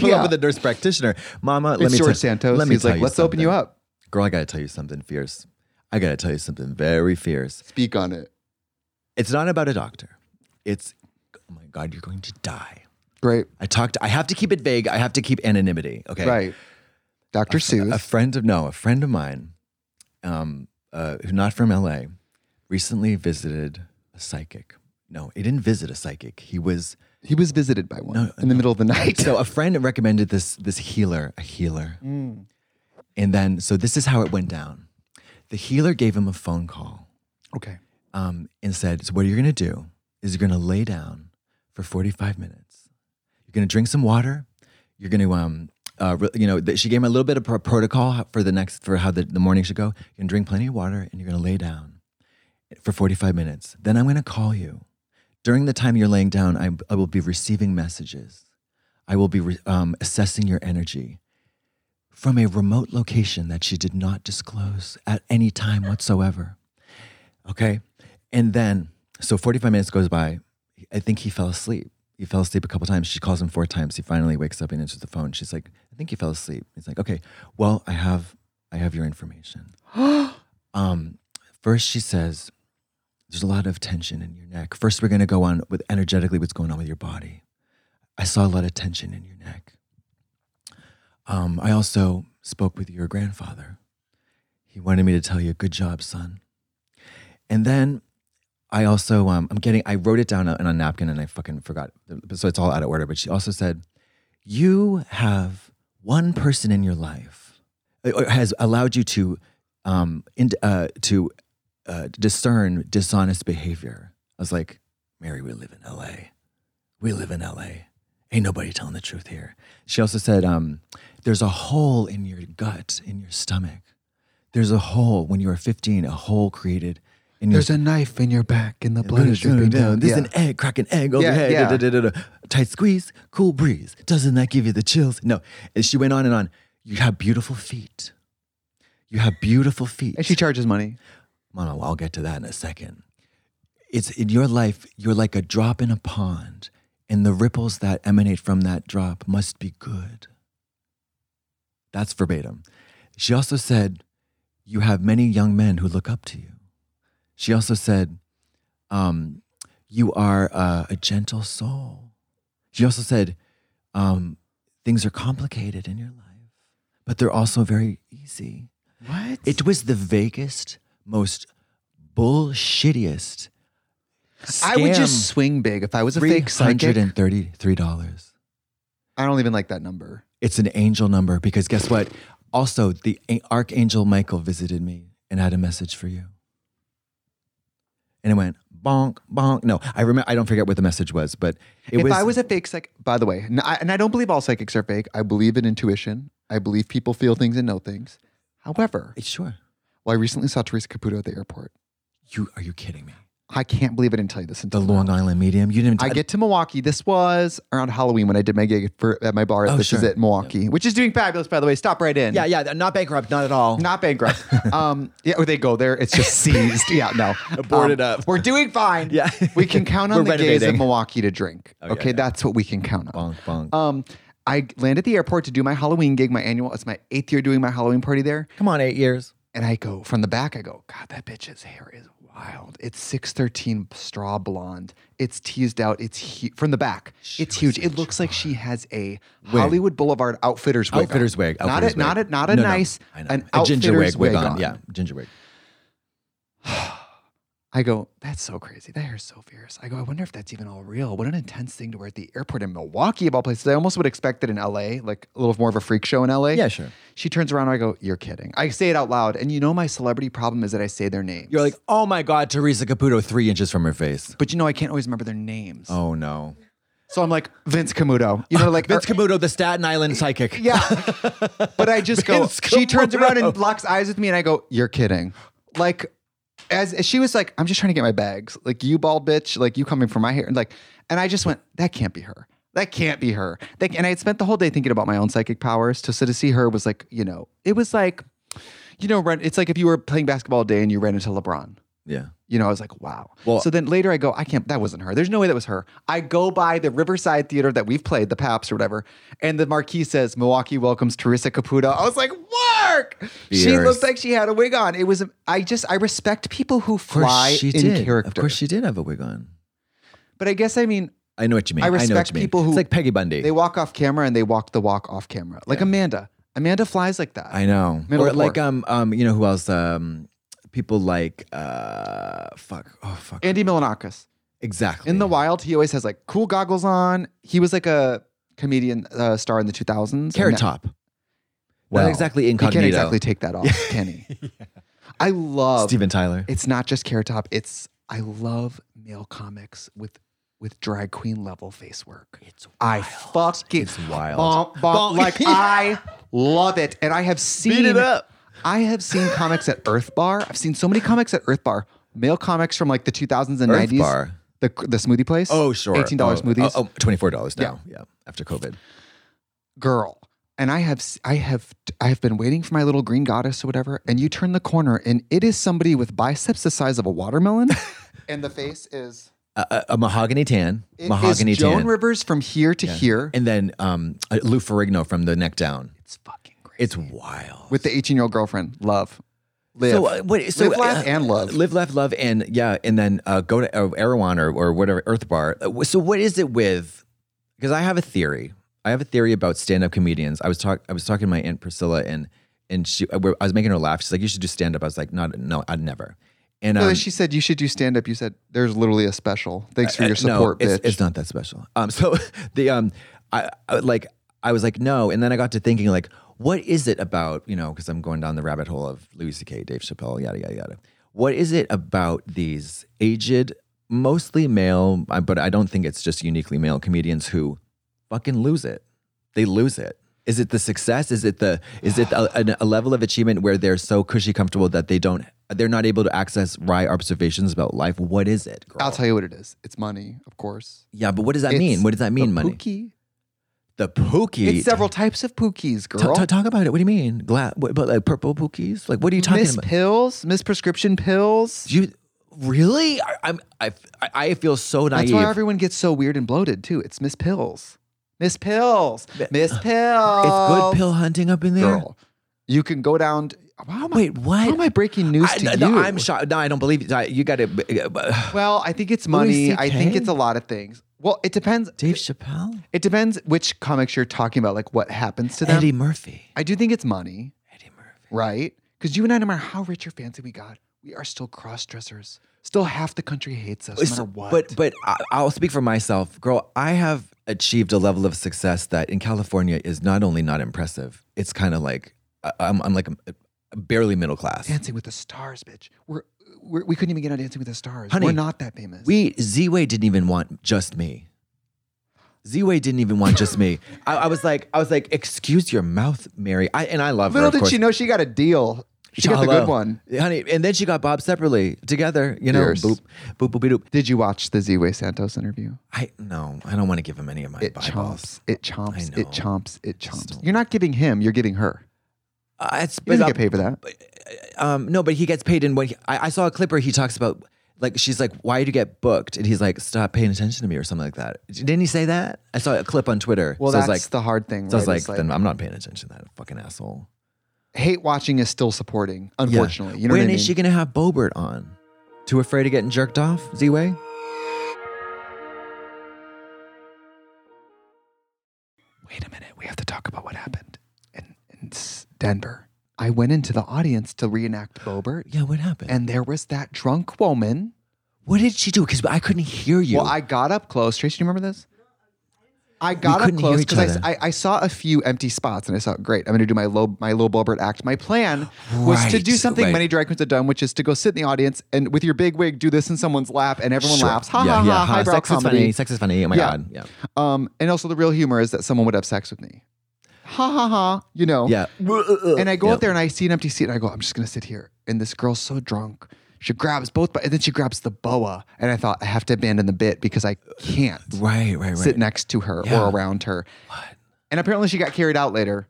Speaker 3: pull
Speaker 2: Yeah.
Speaker 3: up with the nurse practitioner. Mama, let
Speaker 2: it's
Speaker 3: me
Speaker 2: George
Speaker 3: tell-
Speaker 2: Santos.
Speaker 3: Let me
Speaker 2: He's
Speaker 3: tell
Speaker 2: like, let's open you
Speaker 3: something.
Speaker 2: up.
Speaker 3: Girl, I gotta tell you something fierce. I gotta tell you something very fierce.
Speaker 2: Speak on it.
Speaker 3: It's not about a doctor. It's oh my god, you're going to die.
Speaker 2: Great.
Speaker 3: I talked. I have to keep it vague. I have to keep anonymity. Okay.
Speaker 2: Right. Dr. Seuss.
Speaker 3: A friend of no, a friend of mine, um, uh, who's not from LA, recently visited a psychic. No, he didn't visit a psychic. He was
Speaker 2: he was visited by one
Speaker 3: No,
Speaker 2: in the middle of the night.
Speaker 3: so a friend recommended this this healer, a healer,
Speaker 2: Mm.
Speaker 3: and then so this is how it went down. The healer gave him a phone call
Speaker 2: okay.
Speaker 3: um, and said, "So what you're gonna do is you're gonna lay down for 45 minutes. You're gonna drink some water. You're gonna um." Uh, re- you know, th- she gave him a little bit of pro- protocol for the next for how the, the morning should go. You're gonna drink plenty of water, and you're gonna lay down for 45 minutes. Then I'm gonna call you. During the time you're laying down, I, I will be receiving messages. I will be re- um, assessing your energy from a remote location that she did not disclose at any time whatsoever. Okay. And then, so 45 minutes goes by. I think he fell asleep. He fell asleep a couple times. She calls him four times. He finally wakes up and answers the phone. She's like, I think you fell asleep. He's like, okay, well, I have, I have your information. um, first she says, there's a lot of tension in your neck. First, we're going to go on with energetically what's going on with your body. I saw a lot of tension in your neck. Um, I also spoke with your grandfather. He wanted me to tell you, good job, son. And then I also, um, I'm getting, I wrote it down on a napkin and I fucking forgot. So it's all out of order. But she also said, you have one person in your life uh, or has allowed you to, um, in, uh, to uh, discern dishonest behavior. I was like, Mary, we live in LA. We live in LA. Ain't nobody telling the truth here. She also said, um, there's a hole in your gut, in your stomach. There's a hole when you were 15, a hole created in your
Speaker 2: There's a knife in your back and the
Speaker 3: no,
Speaker 2: blood is
Speaker 3: no, no,
Speaker 2: dripping
Speaker 3: no,
Speaker 2: down.
Speaker 3: There's
Speaker 2: Yeah.
Speaker 3: an egg, crack an egg
Speaker 2: Yeah,
Speaker 3: overhead.
Speaker 2: yeah.
Speaker 3: da, da, da, da, da. Tight squeeze, cool breeze. Doesn't that give you the chills? No. And she went on and on. You have beautiful feet. You have beautiful feet.
Speaker 2: and she charges money.
Speaker 3: Mama, well, I'll get to that in a second. It's in your life, you're like a drop in a pond, and the ripples that emanate from that drop must be good. That's verbatim. She also said, You have many young men who look up to you. She also said, um, You are uh, a gentle soul. She also said, um, Things are complicated in your life, but they're also very easy.
Speaker 2: What?
Speaker 3: It was the vaguest, most bullshittiest. Scam.
Speaker 2: I would just swing big if I was a fake psychic.
Speaker 3: $333.
Speaker 2: I don't even like that number.
Speaker 3: It's an angel number because guess what? Also, the a- Archangel Michael visited me and had a message for you. And it went bonk, bonk. No, I remember. I don't forget what the message was, but it
Speaker 2: if
Speaker 3: was.
Speaker 2: I was a fake psychic, by the way, and I, and I don't believe all psychics are fake. I believe in intuition. I believe people feel things and know things. However,
Speaker 3: sure.
Speaker 2: well, I recently saw Teresa Caputo at the airport.
Speaker 3: You are you kidding me?
Speaker 2: I can't believe I didn't tell you this
Speaker 3: The
Speaker 2: until
Speaker 3: Long Island Medium. You didn't.
Speaker 2: I get to Milwaukee. This was around Halloween when I did my gig for, at my bar.
Speaker 3: Oh,
Speaker 2: this is
Speaker 3: sure.
Speaker 2: at Milwaukee, which is doing fabulous, by the way. Stop right in.
Speaker 3: Yeah, yeah. Not bankrupt. Not at all.
Speaker 2: Not bankrupt. um, yeah, or they go there. It's just seized. Yeah, no.
Speaker 3: Boarded
Speaker 2: Um,
Speaker 3: up.
Speaker 2: We're doing fine.
Speaker 3: Yeah.
Speaker 2: We can count on the
Speaker 3: We're
Speaker 2: gays of
Speaker 3: renovating. Oh,
Speaker 2: Milwaukee to drink.
Speaker 3: yeah,
Speaker 2: okay,
Speaker 3: yeah.
Speaker 2: that's what we can count on.
Speaker 3: bonk, bonk.
Speaker 2: Um, I land at the airport to do my Halloween gig, my annual. It's my eighth year doing my Halloween party there.
Speaker 3: Come on, eight years.
Speaker 2: And I go from the back, I go, God, that bitch's hair is wild. It's 613 straw blonde. It's teased out. It's hu- from the back. it's huge. It looks like she has a Hollywood Boulevard outfitters wig. on.
Speaker 3: Outfitter's wig.
Speaker 2: not,
Speaker 3: outfitter's
Speaker 2: a, not a
Speaker 3: wig.
Speaker 2: not a
Speaker 3: No, no,
Speaker 2: nice
Speaker 3: I know.
Speaker 2: an
Speaker 3: a ginger wig,
Speaker 2: outfitter's
Speaker 3: wig on. Yeah, ginger wig.
Speaker 2: I go, that's so crazy. That hair's so fierce. I go, I wonder if that's even all real. What an intense thing to wear at the airport in Milwaukee of all places. I almost would expect it in LA, like a little more of a freak show in LA.
Speaker 3: Yeah, sure.
Speaker 2: She turns around and I go, You're kidding. I say it out loud. And you know my celebrity problem is that I say their names.
Speaker 3: You're like, oh my God, Teresa Caputo, three inches from her face.
Speaker 2: but you know, I can't always remember their names.
Speaker 3: Oh no.
Speaker 2: So I'm like, Vince Camuto. You know, like
Speaker 3: Vince
Speaker 2: or-
Speaker 3: Caputo, the Staten Island psychic.
Speaker 2: Yeah. but I just go,
Speaker 3: Vince
Speaker 2: she turns around and
Speaker 3: Camuto.
Speaker 2: locks eyes with me, and I go, You're kidding. Like, as, as she was like, I'm just trying to get my bags. Like, you bald bitch, like, you coming for my hair. And like, and I just went, That can't be her. that can't be her. Like, and I had spent the whole day thinking about my own psychic powers. So, so to see her was like, you know, it was like, you know, run- it's like if you were playing basketball all day and you ran into LeBron.
Speaker 3: Yeah.
Speaker 2: You know, I was like, wow.
Speaker 3: Well-
Speaker 2: so then later I go, I can't, that wasn't her. There's no way that was her. I go by the Riverside Theater that we've played, the PAPS or whatever, and the marquee says, Milwaukee welcomes Teresa Caputo. I was like, work! She
Speaker 3: Fierce.
Speaker 2: looked like she had a wig on. It was, I just, I respect people who fly in
Speaker 3: did.
Speaker 2: character.
Speaker 3: Of course, she did have a wig on.
Speaker 2: But I guess, I mean,
Speaker 3: I know what you mean.
Speaker 2: I
Speaker 3: know what
Speaker 2: respect
Speaker 3: you mean.
Speaker 2: people who-
Speaker 3: It's like Peggy Bundy.
Speaker 2: they walk off camera and they walk the walk off camera. Like
Speaker 3: Yeah.
Speaker 2: Amanda. Amanda flies like that.
Speaker 3: I know.
Speaker 2: Middle
Speaker 3: or
Speaker 2: of
Speaker 3: like
Speaker 2: work.
Speaker 3: um um you know who else um people like uh fuck oh fuck
Speaker 2: Andy Milanakis.
Speaker 3: exactly
Speaker 2: In the wild, he always has like cool goggles on. He was like a comedian uh, star in the 2000s. and
Speaker 3: carrot
Speaker 2: now-
Speaker 3: top.
Speaker 2: Well,
Speaker 3: Not exactly
Speaker 2: He
Speaker 3: incognito.
Speaker 2: can't exactly take that off, can he? I love
Speaker 3: Steven Tyler.
Speaker 2: It's not just Carrot Top. It's I love male comics with with drag queen level face work. It's I fucking
Speaker 3: It's wild.
Speaker 2: Bonk, bonk,
Speaker 3: Bonk.
Speaker 2: like I love it, and I have seen
Speaker 3: up.
Speaker 2: I have seen comics at Earth Bar. I've seen so many comics at Earth Bar. Male comics from like the 2000s and
Speaker 3: Earth
Speaker 2: 90s.
Speaker 3: Bar?
Speaker 2: The the smoothie place.
Speaker 3: Oh sure.
Speaker 2: Eighteen dollars
Speaker 3: oh,
Speaker 2: smoothies.
Speaker 3: Oh, oh, $24 now. Yeah. After COVID.
Speaker 2: girl and i have s- i have i have been waiting for my little green goddess or whatever and you turn the corner and it is somebody with biceps the size of a watermelon and the face is
Speaker 3: A, a, a mahogany tan.
Speaker 2: it is
Speaker 3: mahogany
Speaker 2: joan
Speaker 3: tan.
Speaker 2: rivers from here to here
Speaker 3: and then um uh, Lou Ferrigno from the neck down.
Speaker 2: it's fucking great
Speaker 3: It's wild.
Speaker 2: with the 18 year old girlfriend love live
Speaker 3: So uh, what? So,
Speaker 2: Live, laugh,
Speaker 3: uh,
Speaker 2: and love.
Speaker 3: Live, laugh, love, and yeah, and then uh, go to uh, Erewhon or, or whatever Earth Bar. Uh, wh- So what is it with? Because I have a theory. I have a theory about stand-up comedians. I was talk. I was talking to my aunt Priscilla, and and she. uh, I was making her laugh. She's like, "You should do stand-up." I was like, "Not, no, I'd never." And
Speaker 2: No,
Speaker 3: um,
Speaker 2: she said you should do stand up you said there's literally a special thanks for
Speaker 3: uh,
Speaker 2: your support
Speaker 3: no,
Speaker 2: bitch
Speaker 3: it's, it's not that special. Um, so the um, I, I like I was like no, and then I got to thinking like, what is it about you know? Because I'm going down the rabbit hole of Louis C.K., Dave Chappelle, yada yada yada. What is it about these aged, mostly male, uh, but I don't think it's just uniquely male comedians who fucking lose it? They lose it. Is it the success? Is it the is it a, an- a level of achievement where they're so cushy comfortable that they don't they're not able to access wry observations about life? What is it? Girl?
Speaker 2: i'll tell you what it is it's money of course
Speaker 3: Yeah, but what does that
Speaker 2: It's
Speaker 3: mean? What does that mean,
Speaker 2: the
Speaker 3: money?
Speaker 2: pookie.
Speaker 3: The pookie.
Speaker 2: it's several types of pookies
Speaker 3: Ta-
Speaker 2: girl
Speaker 3: ta- talk about it. What do you mean? Gla- what, but like purple pookies? Like what are you talking
Speaker 2: miss
Speaker 3: about?
Speaker 2: pills miss prescription pills
Speaker 3: Do you really? I, I'm. I, I- I feel so naive.
Speaker 2: That's why everyone gets so weird and bloated too. It's Miss Pills. Miss Pills. Miss Pills.
Speaker 3: it's good pill hunting up in there.
Speaker 2: Girl, you can go down. To, wow, am I-
Speaker 3: Wait, what?
Speaker 2: How am I breaking news
Speaker 3: I,
Speaker 2: to
Speaker 3: no,
Speaker 2: you?
Speaker 3: no, I'm shocked. No, I don't believe it. I- You uh, got to.
Speaker 2: Well, I think it's
Speaker 3: Louis
Speaker 2: money. I think
Speaker 3: CK?
Speaker 2: it's a lot of things. Well, it depends.
Speaker 3: Dave Chappelle,
Speaker 2: It depends which comics you're talking about. Like what happens to them.
Speaker 3: Eddie Murphy,
Speaker 2: I do think it's money,
Speaker 3: Eddie Murphy.
Speaker 2: right? Because you and I, no matter how rich or fancy we got, we are still cross dressers. Still, half the country hates us, no matter
Speaker 3: So-
Speaker 2: what.
Speaker 3: But but I, I'll speak for myself, girl. I have achieved a level of success that in California is not only not impressive. It's kind of like I- I'm, I'm like barely middle class.
Speaker 2: Dancing with the Stars, bitch. We're, we're we couldn't even get on Dancing with the Stars.
Speaker 3: Honey,
Speaker 2: we're not that famous.
Speaker 3: We Z Way didn't even want just me. Z Way didn't even want just me. I, I was like, I was like, excuse your mouth, Mary. I and I love her.
Speaker 2: little
Speaker 3: of
Speaker 2: did
Speaker 3: course.
Speaker 2: she know she got a deal. She got the
Speaker 3: Hello.
Speaker 2: good one.
Speaker 3: honey. And then she got Bob separately together. You know,
Speaker 2: Fierce.
Speaker 3: boop, boop, boop, boop.
Speaker 2: Did you watch the Z-Way Santos interview?
Speaker 3: I no, I don't want to give him any of my
Speaker 2: It chomps.
Speaker 3: eyeballs.
Speaker 2: It chomps.
Speaker 3: I
Speaker 2: It
Speaker 3: know.
Speaker 2: chomps. It chomps.
Speaker 3: Still-
Speaker 2: You're not giving him. You're giving her.
Speaker 3: Uh, it's,
Speaker 2: You didn't
Speaker 3: but-
Speaker 2: get paid for that.
Speaker 3: um, no, but he gets paid in what he, I, I saw a clip where he talks about. Like she's like, why do you get booked? And he's like, stop paying attention to me or something like that. Didn't he say that? I saw a clip on Twitter.
Speaker 2: Well,
Speaker 3: so I was
Speaker 2: that's
Speaker 3: like,
Speaker 2: the hard thing.
Speaker 3: So I was
Speaker 2: right?
Speaker 3: like,
Speaker 2: It's
Speaker 3: then I'm not paying attention to that fucking asshole.
Speaker 2: hate watching is still supporting.
Speaker 3: Yeah.
Speaker 2: Unfortunately, you know
Speaker 3: When
Speaker 2: what I mean.
Speaker 3: is she gonna have Bobert on? Too afraid of getting jerked off, Z Way?
Speaker 2: Wait a minute. We have to talk about what happened in, in S- Denver. I went into the audience to reenact Bobert,
Speaker 3: Yeah, what happened?
Speaker 2: and there was that drunk woman.
Speaker 3: what did she do? Because I couldn't hear you.
Speaker 2: Well, I got up close. Tracy, do you remember this? I got up
Speaker 3: couldn't hear
Speaker 2: close
Speaker 3: each
Speaker 2: because
Speaker 3: other.
Speaker 2: I, I, I saw a few empty spots and I thought, great, I'm going to do my low my low Bulbert act. My plan was to do
Speaker 3: Right,
Speaker 2: something
Speaker 3: right.
Speaker 2: many drag queens have done, which is to go sit in the audience and with your big wig do this in someone's lap and everyone
Speaker 3: Sure.
Speaker 2: laughs. Ha
Speaker 3: yeah,
Speaker 2: ha
Speaker 3: yeah,
Speaker 2: ha! Highbrow
Speaker 3: Sex
Speaker 2: comedy.
Speaker 3: is funny. Sex is funny. Oh my
Speaker 2: Yeah.
Speaker 3: god. Yeah.
Speaker 2: Um, and also the real humor is that someone would have sex with me. Ha ha ha! You know.
Speaker 3: Yeah.
Speaker 2: And I go
Speaker 3: Yeah.
Speaker 2: out there and I see an empty seat and I go, I'm just gonna sit here. And this girl's so drunk. She grabs both, but and then she grabs the boa. And I thought I have to abandon the bit because I can't
Speaker 3: Right, right, right.
Speaker 2: sit next to her
Speaker 3: Yeah.
Speaker 2: or around her. And apparently she got carried out later.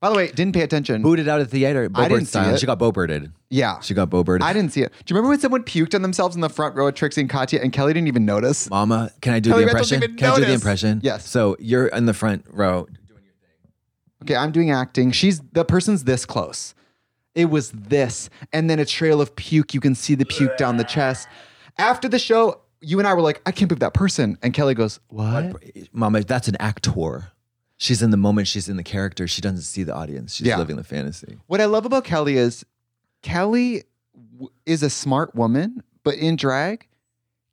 Speaker 2: By the way, didn't pay attention.
Speaker 3: Booted out of the theater,
Speaker 2: I didn't
Speaker 3: Bobert
Speaker 2: see
Speaker 3: style.
Speaker 2: it.
Speaker 3: She got Boberted.
Speaker 2: yeah.
Speaker 3: She got Boberted.
Speaker 2: I didn't see it. Do you remember when someone puked on themselves in the front row at Trixie and Katya and Kelly didn't even notice?
Speaker 3: Mama, can I do
Speaker 2: Kelly
Speaker 3: the
Speaker 2: Randall
Speaker 3: impression?
Speaker 2: didn't even
Speaker 3: Can I do the
Speaker 2: notice.
Speaker 3: impression?
Speaker 2: Yes.
Speaker 3: So you're in the front row.
Speaker 2: Okay, I'm doing acting. She's the person's this close. It was this. And then a trail of puke. You can see the puke down the chest. After the show, you and I were like, I can't believe that person. And Kelly goes, What?
Speaker 3: Mama, that's an actor. She's in the moment. She's in the character. She doesn't see the audience. She's
Speaker 2: Yeah.
Speaker 3: living the fantasy.
Speaker 2: What I love about Kelly is Kelly w- is a smart woman, but in drag,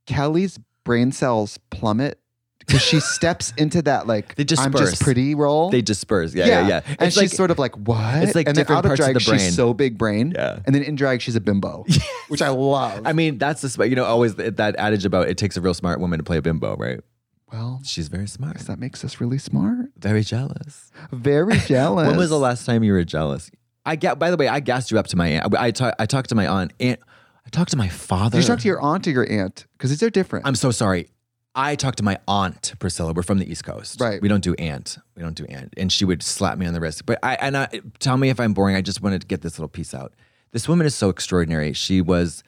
Speaker 2: Kelly's brain cells plummet because she steps into that, like,
Speaker 3: They
Speaker 2: I'm
Speaker 3: disperse.
Speaker 2: just pretty role.
Speaker 3: They disperse. Yeah, yeah, yeah.
Speaker 2: And
Speaker 3: It's
Speaker 2: she's
Speaker 3: like-
Speaker 2: sort of like, what?
Speaker 3: it's like
Speaker 2: and then
Speaker 3: different
Speaker 2: out of
Speaker 3: parts of
Speaker 2: drag,
Speaker 3: the brain.
Speaker 2: she's so big brain.
Speaker 3: Yeah.
Speaker 2: And then in drag, she's a bimbo, which I love.
Speaker 3: I mean, that's the sp- you know always th- that adage about it takes a real smart woman to play a bimbo, right?
Speaker 2: well,
Speaker 3: She's very smart.
Speaker 2: guess that makes us really smart.
Speaker 3: Very jealous.
Speaker 2: Very jealous.
Speaker 3: When was the last time you were jealous? I ga- By the way, I gassed you up to my aunt. I, I, ta- I talked to my aunt. Aunt. I talked to my father.
Speaker 2: Did you talk to your aunt or your aunt? Because these are different.
Speaker 3: I'm so sorry. I talked to my aunt Priscilla. We're from the East Coast.
Speaker 2: Right.
Speaker 3: We don't do aunt. We don't do aunt. And she would slap me on the wrist. But I and I tell me if I'm boring. I just wanted to get this little piece out. This woman is so extraordinary. She was,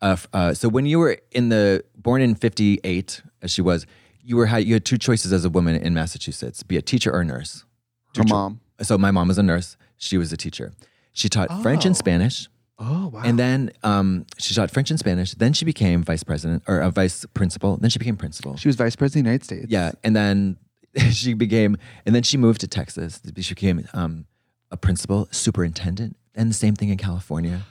Speaker 3: uh, f- uh, so when you were in the born in '58, as she was, you were had you had two choices as a woman in Massachusetts: be a teacher or a nurse.
Speaker 2: her mom.
Speaker 3: So my mom was a nurse. She was a teacher. She taught French and Spanish.
Speaker 2: Oh, wow.
Speaker 3: And then um, she taught French and Spanish. Then she became vice president or a vice principal. Then she became principal.
Speaker 2: She was vice president of the United States.
Speaker 3: yeah. And then she became, and then she moved to Texas. She became um, a principal, superintendent, and the same thing in California.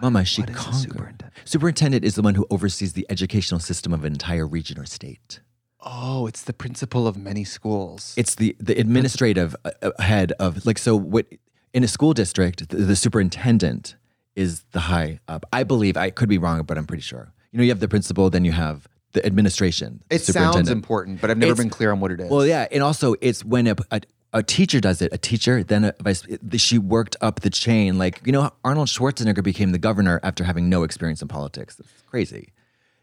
Speaker 3: Mama, she conquered. superintendent? is the one who oversees the educational system of an entire region or state.
Speaker 2: Oh, it's the principal of many schools.
Speaker 3: It's the the administrative uh, uh, head of like so what in a school district the, the superintendent is the high up. I believe I could be wrong, but I'm pretty sure. You know, you have the principal, then you have the administration. the
Speaker 2: it sounds
Speaker 3: superintendent.
Speaker 2: important, but I've never
Speaker 3: It's-
Speaker 2: been clear on what it is.
Speaker 3: Well, yeah, and also it's when a, a a teacher does it, a teacher, then a vice. the- She worked up the chain, like you know, Arnold Schwarzenegger became the governor after having no experience in politics. That's crazy.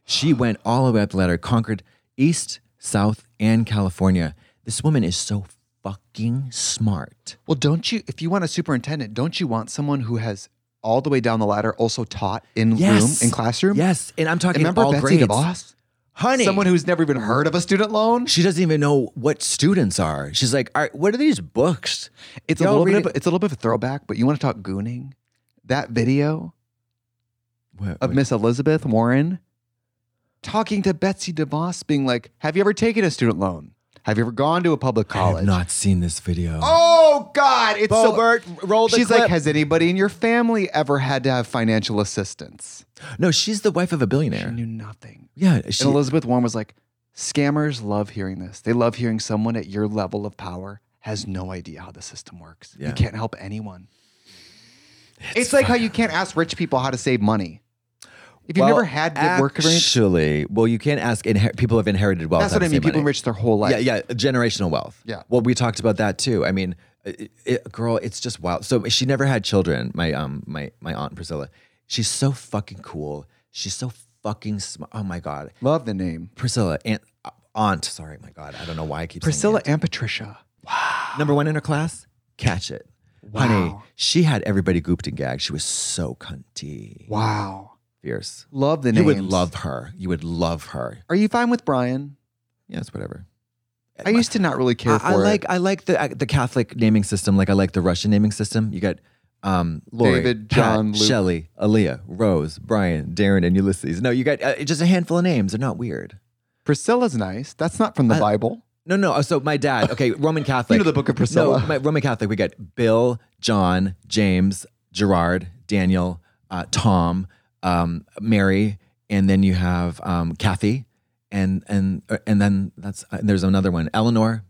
Speaker 3: She went all the way up the ladder, conquered East, South, and California. This woman is so fucking smart.
Speaker 2: Well, don't you, if you want a superintendent, don't you want someone who has all the way down the ladder also taught in room, in classroom?
Speaker 3: Yes, and I'm talking
Speaker 2: Remember
Speaker 3: all
Speaker 2: Betsy
Speaker 3: grades.
Speaker 2: DeVos?
Speaker 3: honey.
Speaker 2: Someone who's never even heard of a student loan?
Speaker 3: she doesn't even know what students are. She's like, all right, what are these books?
Speaker 2: It's
Speaker 3: Y'all
Speaker 2: a little bit. Of,
Speaker 3: read it-
Speaker 2: it's a little bit of a throwback, but you want to talk gooning? That video
Speaker 3: What-
Speaker 2: of
Speaker 3: what-
Speaker 2: Miss Elizabeth Warren talking to Betsy DeVos, being like, "Have you ever taken a student loan? Have you ever gone to a public
Speaker 3: I have
Speaker 2: college?"
Speaker 3: not seen this video.
Speaker 2: Oh God! It's so.
Speaker 3: Bobert, roll the
Speaker 2: She's
Speaker 3: clip.
Speaker 2: like, "Has anybody in your family ever had to have financial assistance?"
Speaker 3: No, she's the wife of a
Speaker 2: She
Speaker 3: billionaire.
Speaker 2: knew nothing.
Speaker 3: yeah, she,
Speaker 2: and Elizabeth Warren was like, "Scammers love hearing this. They love hearing someone at your level of power." Has no idea how the system works.
Speaker 3: Yeah.
Speaker 2: You can't help anyone. It's like how you can't ask rich people how to save money. If you've
Speaker 3: Well,
Speaker 2: never had to work or anything,
Speaker 3: Actually, well, you can't ask. Inher- people have inherited wealth.
Speaker 2: that's what
Speaker 3: how to
Speaker 2: I mean.
Speaker 3: save
Speaker 2: People
Speaker 3: money.
Speaker 2: enrich their whole life.
Speaker 3: Yeah, yeah, generational wealth.
Speaker 2: Yeah.
Speaker 3: Well, we talked about that too. I mean, it, it, girl, it's just wild. So she never had children. My um, my my aunt Priscilla, she's so fucking cool. She's so fucking smart. Oh my god,
Speaker 2: Love the name.
Speaker 3: Priscilla, aunt, aunt. Sorry, my god, I don't know why I keep saying
Speaker 2: Priscilla
Speaker 3: aunt.
Speaker 2: and Patricia.
Speaker 3: number one in her class. Catch it, honey. She had everybody gooped and gagged. She was so cunty,
Speaker 2: Wow.
Speaker 3: fierce.
Speaker 2: Love the name.
Speaker 3: You would love her. You would love her.
Speaker 2: Are you fine with Brian?
Speaker 3: Yes, whatever.
Speaker 2: I used to not really care for
Speaker 3: Eh, I, I
Speaker 2: it.
Speaker 3: like I like the the Catholic naming system. Like I like the Russian naming system. You got um, Lori,
Speaker 2: David,
Speaker 3: Pat,
Speaker 2: John, Luke.
Speaker 3: Shelley, Aaliyah, Rose, Brian, Darren, and Ulysses. No, you got uh, just a handful of names. They're not weird.
Speaker 2: Priscilla's nice. That's not from the
Speaker 3: I-
Speaker 2: Bible.
Speaker 3: No, no. uh, So my dad, okay, Roman Catholic.
Speaker 2: You know the Book of Priscilla.
Speaker 3: No, my Roman Catholic. We got Bill, John, James, Gerard, Daniel, uh, Tom, um, Mary, and then you have um, Kathy, and and uh, and then that's uh, there's another one, Eleanor.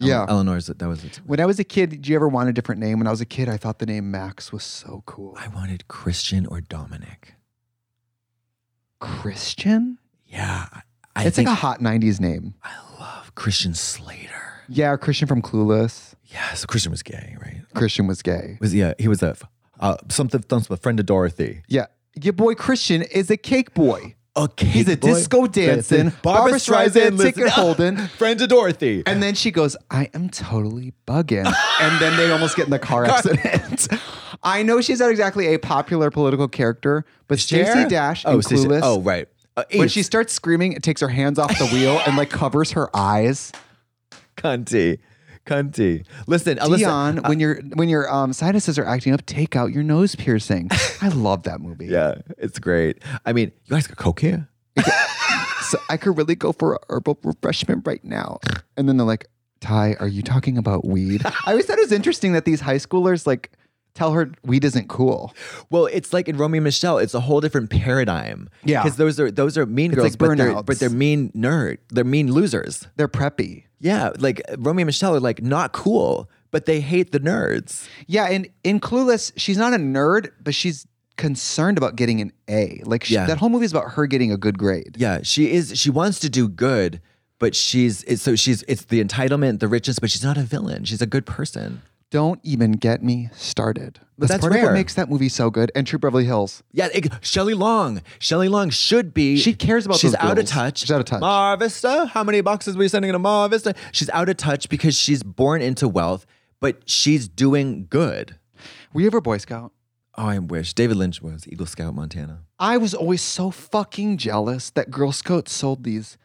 Speaker 2: Yeah.
Speaker 3: Eleanor's that was. it.
Speaker 2: When I was a kid, did you ever want a different name? When I was a kid, I thought the name Max was so cool.
Speaker 3: I wanted Christian or Dominic.
Speaker 2: Christian?
Speaker 3: Yeah, I- I
Speaker 2: it's like
Speaker 3: think
Speaker 2: a hot 90s name.
Speaker 3: I love Christian Slater.
Speaker 2: Yeah, Christian from Clueless.
Speaker 3: Yeah, so Christian was gay, right?
Speaker 2: Christian was gay.
Speaker 3: Was yeah, he was a f- uh, something, something a friend of Dorothy.
Speaker 2: Yeah. your boy Christian is a cake boy.
Speaker 3: A cake
Speaker 2: He's a
Speaker 3: boy.
Speaker 2: disco dancing, Barbra Streisand, ticket holding.
Speaker 3: friend of Dorothy.
Speaker 2: And then she goes, I am totally bugging. and then they almost get in the car accident. I know she's not exactly a popular political character, but Stacey
Speaker 3: Cher?
Speaker 2: Dash in
Speaker 3: oh, Stacey-
Speaker 2: Clueless,
Speaker 3: Oh, right. Uh,
Speaker 2: when
Speaker 3: it's
Speaker 2: she starts screaming, it takes her hands off the wheel and like covers her eyes.
Speaker 3: cunty, cunty. Listen, uh, listen.
Speaker 2: Dion, when your when your um, sinuses are acting up, take out your nose piercing. I love that movie.
Speaker 3: Yeah, it's great. I mean, you guys got coke here?
Speaker 2: So I could really go for a herbal refreshment right now. And then they're like, Ty, are you talking about weed? I always thought it was interesting that these high schoolers like tell her weed isn't cool.
Speaker 3: Well, it's like in Romeo and Michelle, it's a whole different paradigm.
Speaker 2: Yeah.
Speaker 3: because those are those are mean
Speaker 2: It's
Speaker 3: girls,
Speaker 2: like
Speaker 3: but they're
Speaker 2: burnouts.
Speaker 3: but they're mean nerd, they're mean losers.
Speaker 2: They're preppy.
Speaker 3: Yeah, like uh, Romeo and Michelle are like not cool, but they hate the nerds.
Speaker 2: Yeah, and in Clueless, she's not a nerd, but she's concerned about getting an A. Like she,
Speaker 3: Yeah.
Speaker 2: that whole movie is about her getting a good grade.
Speaker 3: Yeah, she is. She wants to do good, but she's it's, so she's it's the entitlement, the richness, but she's not a villain. She's a good person.
Speaker 2: Don't even get me started.
Speaker 3: But that's
Speaker 2: part of
Speaker 3: rare.
Speaker 2: what makes that movie so good. And True Beverly Hills.
Speaker 3: Yeah, it, Shelley Long. Shelley Long should be.
Speaker 2: She cares about
Speaker 3: She's
Speaker 2: those
Speaker 3: out of
Speaker 2: girls.
Speaker 3: touch.
Speaker 2: She's out of touch.
Speaker 3: Mar Vista. How many boxes were you sending to Mar Vista? She's out of touch because she's born into wealth, but she's doing good.
Speaker 2: Were you ever a Boy Scout?
Speaker 3: Oh, I wish David Lynch was Eagle Scout Montana.
Speaker 2: I was always so fucking jealous that Girl Scouts sold these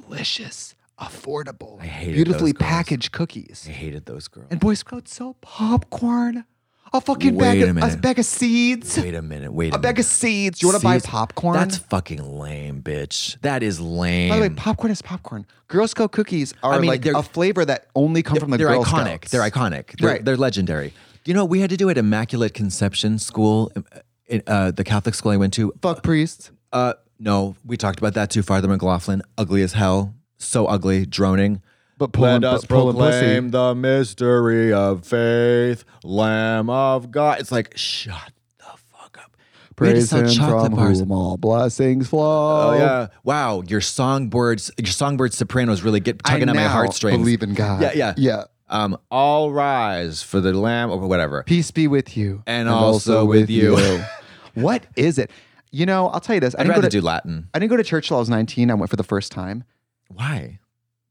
Speaker 2: delicious, affordable,
Speaker 3: I hated
Speaker 2: beautifully
Speaker 3: those girls.
Speaker 2: packaged
Speaker 3: I
Speaker 2: cookies.
Speaker 3: hated those girls.
Speaker 2: And Boy Scouts sold popcorn, a fucking bag
Speaker 3: Wait a
Speaker 2: of, a
Speaker 3: minute.
Speaker 2: bag of seeds,
Speaker 3: wait a minute. Wait a,
Speaker 2: a bag of
Speaker 3: minute.
Speaker 2: seeds. Do you want to buy
Speaker 3: Seeds-
Speaker 2: popcorn?
Speaker 3: That's fucking lame, bitch. That is lame.
Speaker 2: By the way, popcorn is popcorn. Girl Scout cookies are
Speaker 3: I mean,
Speaker 2: like
Speaker 3: they're-
Speaker 2: a flavor that only come from the
Speaker 3: they're
Speaker 2: Girl
Speaker 3: iconic.
Speaker 2: Scouts.
Speaker 3: They're iconic. They're,
Speaker 2: Right.
Speaker 3: they're legendary. You know, we had to do at Immaculate Conception School, uh, in, uh, the Catholic school I went to.
Speaker 2: Fuck priests.
Speaker 3: Uh, no, we talked about that too. Father McLaughlin, ugly as hell, so ugly, droning.
Speaker 2: But pulling, but pulling pussy.
Speaker 3: the mystery of faith, Lamb of God. It's like shut the fuck up. We had to
Speaker 2: Praise
Speaker 3: sell
Speaker 2: him
Speaker 3: chocolate
Speaker 2: from
Speaker 3: bars.
Speaker 2: whom all blessings flow.
Speaker 3: Oh yeah! Wow, your songbirds, your songbird sopranos really get
Speaker 2: I
Speaker 3: tugging at my
Speaker 2: now
Speaker 3: heartstrings.
Speaker 2: believe in God.
Speaker 3: Yeah, yeah.
Speaker 2: Yeah.
Speaker 3: um, all rise for the Lamb or whatever.
Speaker 2: Peace be with you.
Speaker 3: And also with you.
Speaker 2: what is it? You know, I'll tell you this. I
Speaker 3: I'd
Speaker 2: didn't,
Speaker 3: rather
Speaker 2: go to,
Speaker 3: do Latin.
Speaker 2: I didn't go to church till I was 19. I went for the first time
Speaker 3: Why?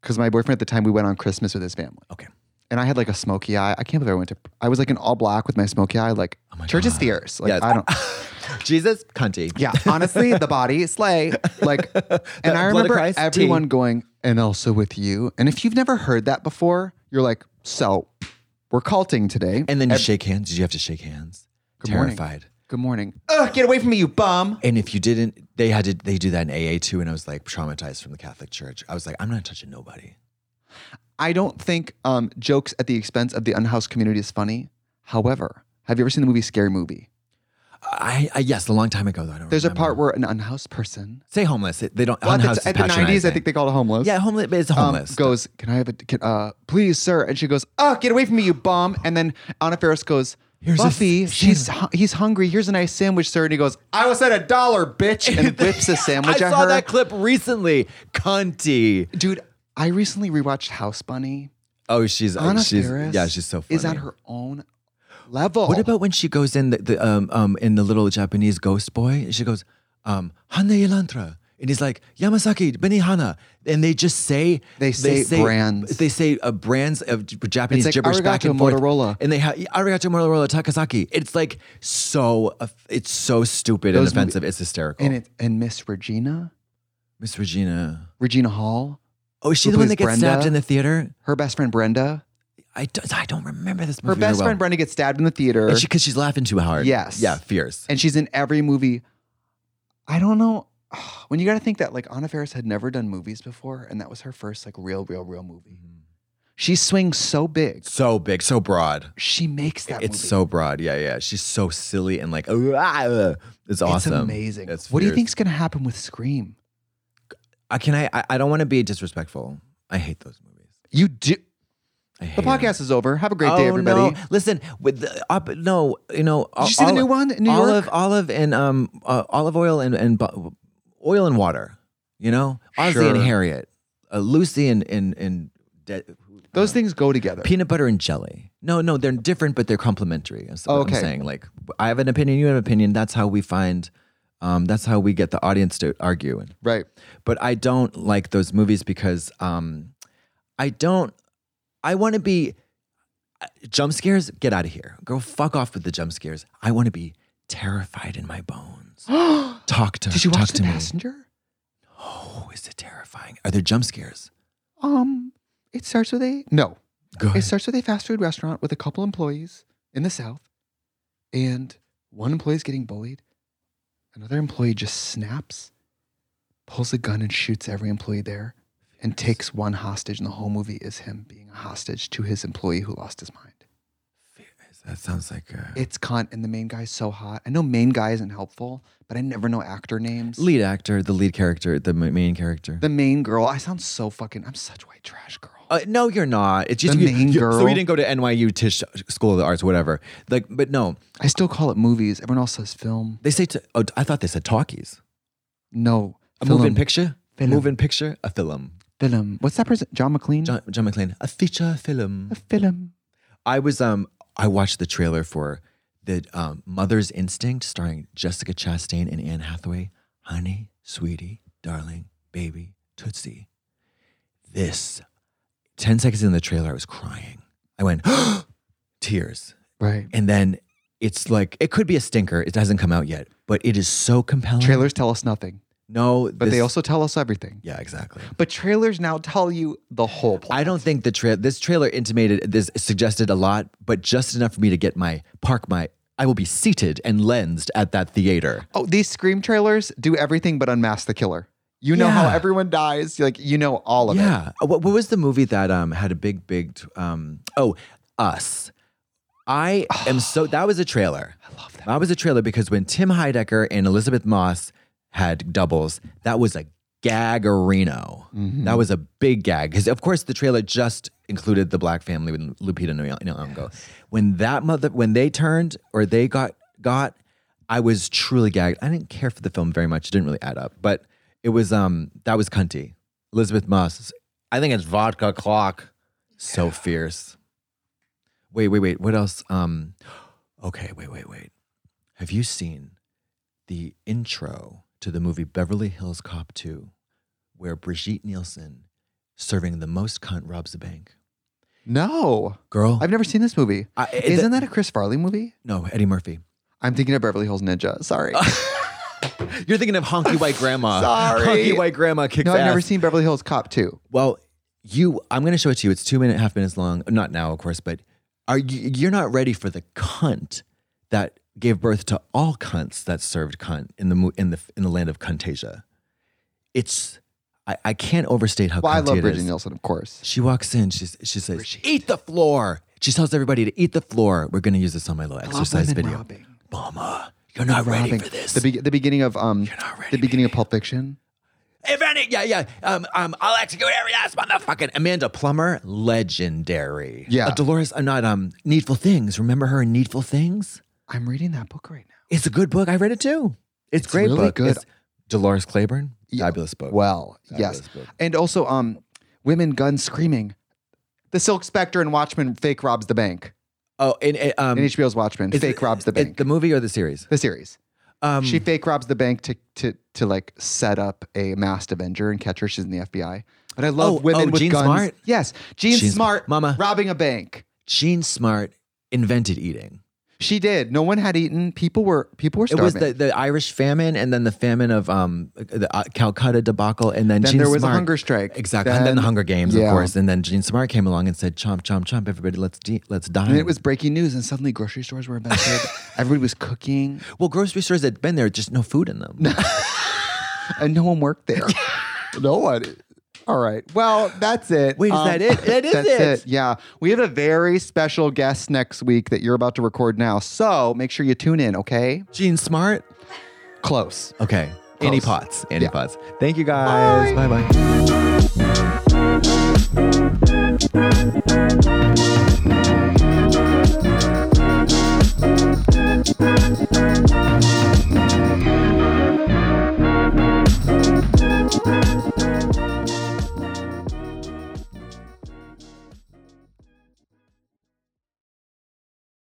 Speaker 2: because my boyfriend at the time, we went on Christmas with his family.
Speaker 3: Okay.
Speaker 2: And I had like a smoky eye. I can't believe I went to, I was like an all black with my smoky eye. Like,
Speaker 3: Oh my
Speaker 2: church is
Speaker 3: God.
Speaker 2: fierce. Like,
Speaker 3: Yeah.
Speaker 2: I don't.
Speaker 3: Jesus, cunty.
Speaker 2: Yeah, honestly, the body slay. Like, and I
Speaker 3: of
Speaker 2: remember
Speaker 3: Christ,
Speaker 2: everyone
Speaker 3: tea.
Speaker 2: going, and also with you. And if you've never heard that before, you're like, so we're culting today.
Speaker 3: And then you shake hands. Did you have to shake hands?
Speaker 2: Good morning.
Speaker 3: Terrified.
Speaker 2: Good morning. Ugh, get away from me, you bum.
Speaker 3: And if you didn't, they had to. They do that in AA too. And I was like traumatized from the Catholic Church. I was like, I'm not touching nobody.
Speaker 2: I don't think um, jokes at the expense of the unhoused community is funny. However, have you ever seen the movie Scary Movie?
Speaker 3: I, I yes, a long time ago though. I don't.
Speaker 2: There's a
Speaker 3: remember.
Speaker 2: part where an unhoused person,
Speaker 3: say homeless. They don't.
Speaker 2: well, at,
Speaker 3: unhoused
Speaker 2: the, at
Speaker 3: is
Speaker 2: the 90s, I
Speaker 3: patronizing.
Speaker 2: think they called it homeless.
Speaker 3: Yeah, homeless. But it's
Speaker 2: um,
Speaker 3: homeless.
Speaker 2: goes, can I have a, can, uh, please, sir? And she goes, oh, get away from me, you bum. And then Anna Ferris goes,
Speaker 3: Here's a
Speaker 2: Buffy,
Speaker 3: s-
Speaker 2: she's hu- he's hungry. Here's a nice sandwich, sir. And he goes, I was at a dollar, bitch, and whips a sandwich
Speaker 3: I
Speaker 2: at
Speaker 3: saw
Speaker 2: her.
Speaker 3: that clip recently. Cunty.
Speaker 2: Dude, I recently rewatched House Bunny.
Speaker 3: Oh, she's
Speaker 2: Anna
Speaker 3: she's
Speaker 2: Faris
Speaker 3: yeah, she's so funny.
Speaker 2: is at her own level.
Speaker 3: What about when she goes in the, the um um in the little Japanese ghost boy? She goes, um, Hane Elantra. And he's like, Yamasaki, Benihana. And they just say,
Speaker 2: They say brands.
Speaker 3: They say uh, brands of J- Japanese
Speaker 2: It's like
Speaker 3: gibberish back
Speaker 2: Arigato
Speaker 3: and forth.
Speaker 2: Motorola.
Speaker 3: And they have Arigato Motorola Takasaki. It's like so, uh, it's so stupid
Speaker 2: Those
Speaker 3: and offensive. it's hysterical.
Speaker 2: and it and Miss Regina,
Speaker 3: Miss Regina.
Speaker 2: Regina Hall,
Speaker 3: Oh, is she
Speaker 2: Who
Speaker 3: the one
Speaker 2: plays
Speaker 3: that gets
Speaker 2: Brenda?
Speaker 3: stabbed in the theater?
Speaker 2: her best friend Brenda,
Speaker 3: I don't, I don't remember this
Speaker 2: her
Speaker 3: movie.
Speaker 2: best
Speaker 3: very
Speaker 2: friend
Speaker 3: well.
Speaker 2: Brenda gets stabbed in the theater,
Speaker 3: And she, because she's laughing too hard.
Speaker 2: Yes.
Speaker 3: Yeah, fierce.
Speaker 2: and she's in every movie. I don't know. When you got to think that like Anna Faris had never done movies before, and that was her first like real, real, real movie.
Speaker 3: Mm-hmm.
Speaker 2: She swings so big,
Speaker 3: so big, so broad.
Speaker 2: she makes that.
Speaker 3: It's
Speaker 2: movie.
Speaker 3: so broad. Yeah, yeah. She's so silly and like, "Ah," it's awesome.
Speaker 2: It's amazing.
Speaker 3: It's
Speaker 2: what do you
Speaker 3: fierce.
Speaker 2: think's gonna happen with Scream?
Speaker 3: Uh, can I, I? I don't want to be disrespectful. I hate those movies.
Speaker 2: You do.
Speaker 3: I hate
Speaker 2: The
Speaker 3: 'em.
Speaker 2: podcast is over. Have a great day,
Speaker 3: Oh,
Speaker 2: everybody.
Speaker 3: No. Listen, with the, up, no, you know.
Speaker 2: Did you see the new one in New
Speaker 3: olive,
Speaker 2: York?
Speaker 3: olive, and um, uh, olive oil and and bu- oil and water. You know, Ozzy
Speaker 2: Sure.
Speaker 3: and Harriet, uh, Lucy and and and De-
Speaker 2: Those things go together.
Speaker 3: peanut butter and jelly. No, no, they're different, but they're complementary. That's what
Speaker 2: Okay.
Speaker 3: I'm saying. Like, I have an opinion, you have an opinion. That's how we find Um, that's how we get the audience to argue. And
Speaker 2: Right.
Speaker 3: but I don't like those movies because um, I don't. I want to be jump scares. Get out of here. Go fuck off with the jump scares. I want to be terrified in my bones. talk to.
Speaker 2: Did you
Speaker 3: talk
Speaker 2: watch
Speaker 3: to
Speaker 2: The
Speaker 3: me.
Speaker 2: Passenger?
Speaker 3: Oh, is it terrifying? Are there jump scares?
Speaker 2: Um, it starts with a no.
Speaker 3: Go
Speaker 2: It
Speaker 3: ahead.
Speaker 2: starts with a fast food restaurant with a couple employees in the South, and one employee's getting bullied. Another employee just snaps, pulls a gun, and shoots every employee there, and takes one hostage. And the whole movie is him being a hostage to his employee who lost his mind.
Speaker 3: that sounds like a
Speaker 2: It's cunt, and the main guy's so hot. I know main guy isn't helpful, but I never know actor names.
Speaker 3: lead actor, the lead character, the m- main character.
Speaker 2: The main girl. I sound so fucking. I'm such white trash girl.
Speaker 3: Uh, no, you're not. It's just
Speaker 2: The
Speaker 3: you,
Speaker 2: main
Speaker 3: you- So
Speaker 2: girl.
Speaker 3: you didn't go to NYU Tisch School of the Arts, whatever. Like, but no,
Speaker 2: I still call it movies. Everyone else says film.
Speaker 3: they say. To, oh, I thought they said talkies.
Speaker 2: No.
Speaker 3: A moving
Speaker 2: film.
Speaker 3: picture. A
Speaker 2: Film.
Speaker 3: Moving picture. A film.
Speaker 2: Film. What's that person? John McLean?
Speaker 3: John, John McClane. A feature film.
Speaker 2: A film.
Speaker 3: I was um. I watched the trailer for the um, Mother's Instinct, starring Jessica Chastain and Anne Hathaway. Honey, sweetie, darling, baby, tootsie. This. Ten seconds in the trailer, I was crying. I went tears.
Speaker 2: Right.
Speaker 3: and then it's like it could be a stinker. It hasn't come out yet, but it is so compelling.
Speaker 2: Trailers tell us nothing,
Speaker 3: no,
Speaker 2: but they also tell us everything.
Speaker 3: yeah, exactly.
Speaker 2: But trailers now tell you the whole plot.
Speaker 3: I don't think the trail. This trailer intimated, this suggested a lot, but just enough for me to get my park my. I will be seated and lensed at that theater.
Speaker 2: Oh, these Scream trailers do everything but unmask the killer. You know how
Speaker 3: Yeah.
Speaker 2: everyone dies. Like, you know all of it.
Speaker 3: yeah. Uh, What, what was the movie that um had a big big t- um oh us. I am so that was a trailer. I love that. That was a trailer because when Tim Heidecker and Elizabeth Moss had doubles, that was a gagarino. That was a big gag because of course the trailer just included the black family with Lupita Nyong'o. When that mother when they turned or they got got I was truly gagged. I didn't care for the film very much. It didn't really add up, but it was um that was cunty. Elizabeth Moss. I think it's vodka clock. So fierce. Wait, wait, wait. What else? Um okay, wait, wait, wait. Have you seen the intro to the movie Beverly Hills Cop 2 where Brigitte Nielsen serving the most cunt robs a bank?
Speaker 2: No.
Speaker 3: Girl.
Speaker 2: I've never seen this movie.
Speaker 3: Oh. I- it-
Speaker 2: Isn't that a Chris Farley movie?
Speaker 3: No, Eddie Murphy.
Speaker 2: I'm thinking of Beverly Hills Ninja. Sorry.
Speaker 3: Oh, You're thinking of Honky White Grandma.
Speaker 2: Sorry.
Speaker 3: Honky White Grandma kicks
Speaker 2: no, I've never
Speaker 3: ass.
Speaker 2: seen Beverly Hills Cop 2.
Speaker 3: Well, you, I'm going to show it to you. It's two minute, half minutes long. Not now, of course, but are you, you're not ready for the cunt that gave birth to all cunts that served cunt in the mo- in the in the land of Cuntasia. It's I, I can't overstate how.
Speaker 2: Well, I
Speaker 3: cunty
Speaker 2: love
Speaker 3: it
Speaker 2: Bridget
Speaker 3: is.
Speaker 2: Nielsen, of course.
Speaker 3: She walks in. She's, she says, "Eat the floor." She tells everybody to eat the floor. We're going to use this on my little
Speaker 2: love
Speaker 3: exercise
Speaker 2: women
Speaker 3: video.
Speaker 2: robbing.
Speaker 3: Mama, you're not ready
Speaker 2: Robbing.
Speaker 3: for this.
Speaker 2: The, be- the beginning of um,
Speaker 3: not ready,
Speaker 2: the beginning of Pulp Fiction.
Speaker 3: If any, yeah, yeah. Um, um, I'll execute every ass motherfucking Amanda Plummer, legendary.
Speaker 2: Yeah.
Speaker 3: Uh, Dolores, I'm not um Needful Things. Remember her in Needful Things?
Speaker 2: I'm reading that book right now.
Speaker 3: It's a good book. I read it too. It's, great
Speaker 2: really
Speaker 3: book.
Speaker 2: good.
Speaker 3: It's Dolores Claiborne,
Speaker 2: Yeah.
Speaker 3: fabulous book.
Speaker 2: Well,
Speaker 3: Fabulous
Speaker 2: yes.
Speaker 3: book.
Speaker 2: And also, um, women guns screaming. The Silk Spectre and Watchmen fake robs the bank.
Speaker 3: Oh, and uh, um,
Speaker 2: In HBO's Watchmen,
Speaker 3: is
Speaker 2: fake
Speaker 3: it-
Speaker 2: robs the
Speaker 3: it-
Speaker 2: bank.
Speaker 3: The movie or the series?
Speaker 2: the series.
Speaker 3: Um,
Speaker 2: she fake robs the bank to to to like set up a masked Avenger and catch her. She's in the FBI. But I love
Speaker 3: Oh,
Speaker 2: women
Speaker 3: oh,
Speaker 2: with
Speaker 3: Jean
Speaker 2: guns.
Speaker 3: Smart?
Speaker 2: Yes, Jean,
Speaker 3: Jean
Speaker 2: Smart,
Speaker 3: Smart. Mama.
Speaker 2: robbing a bank.
Speaker 3: Jean Smart invented eating.
Speaker 2: She did. No one had eaten. People were people were
Speaker 3: It
Speaker 2: starving.
Speaker 3: was the, the Irish famine, and then the famine of um the uh, Calcutta debacle, and then
Speaker 2: Then
Speaker 3: Jean
Speaker 2: there was a
Speaker 3: Smart-
Speaker 2: hunger strike.
Speaker 3: Exactly, and then the
Speaker 2: Then-
Speaker 3: Hunger Games,
Speaker 2: yeah.
Speaker 3: of course, and then Gene Smart came along and said, "Chomp, chomp, chomp! Everybody, let's de- let's die."
Speaker 2: and it was breaking news, and suddenly grocery stores were invented. Everybody was cooking,
Speaker 3: well, grocery stores had been there, just no food in them.
Speaker 2: and no one worked there. no one. All right. Well, that's it. Um,
Speaker 3: Wait, is that it? That is
Speaker 2: that's
Speaker 3: it.
Speaker 2: Yeah. We have a very special guest next week that you're about to record now. So make sure you tune in, okay?
Speaker 3: Gene Smart,
Speaker 2: Close.
Speaker 3: okay. Annie
Speaker 2: Close.
Speaker 3: Potts, Annie
Speaker 2: Yeah.
Speaker 3: Potts. Thank you guys. Bye bye.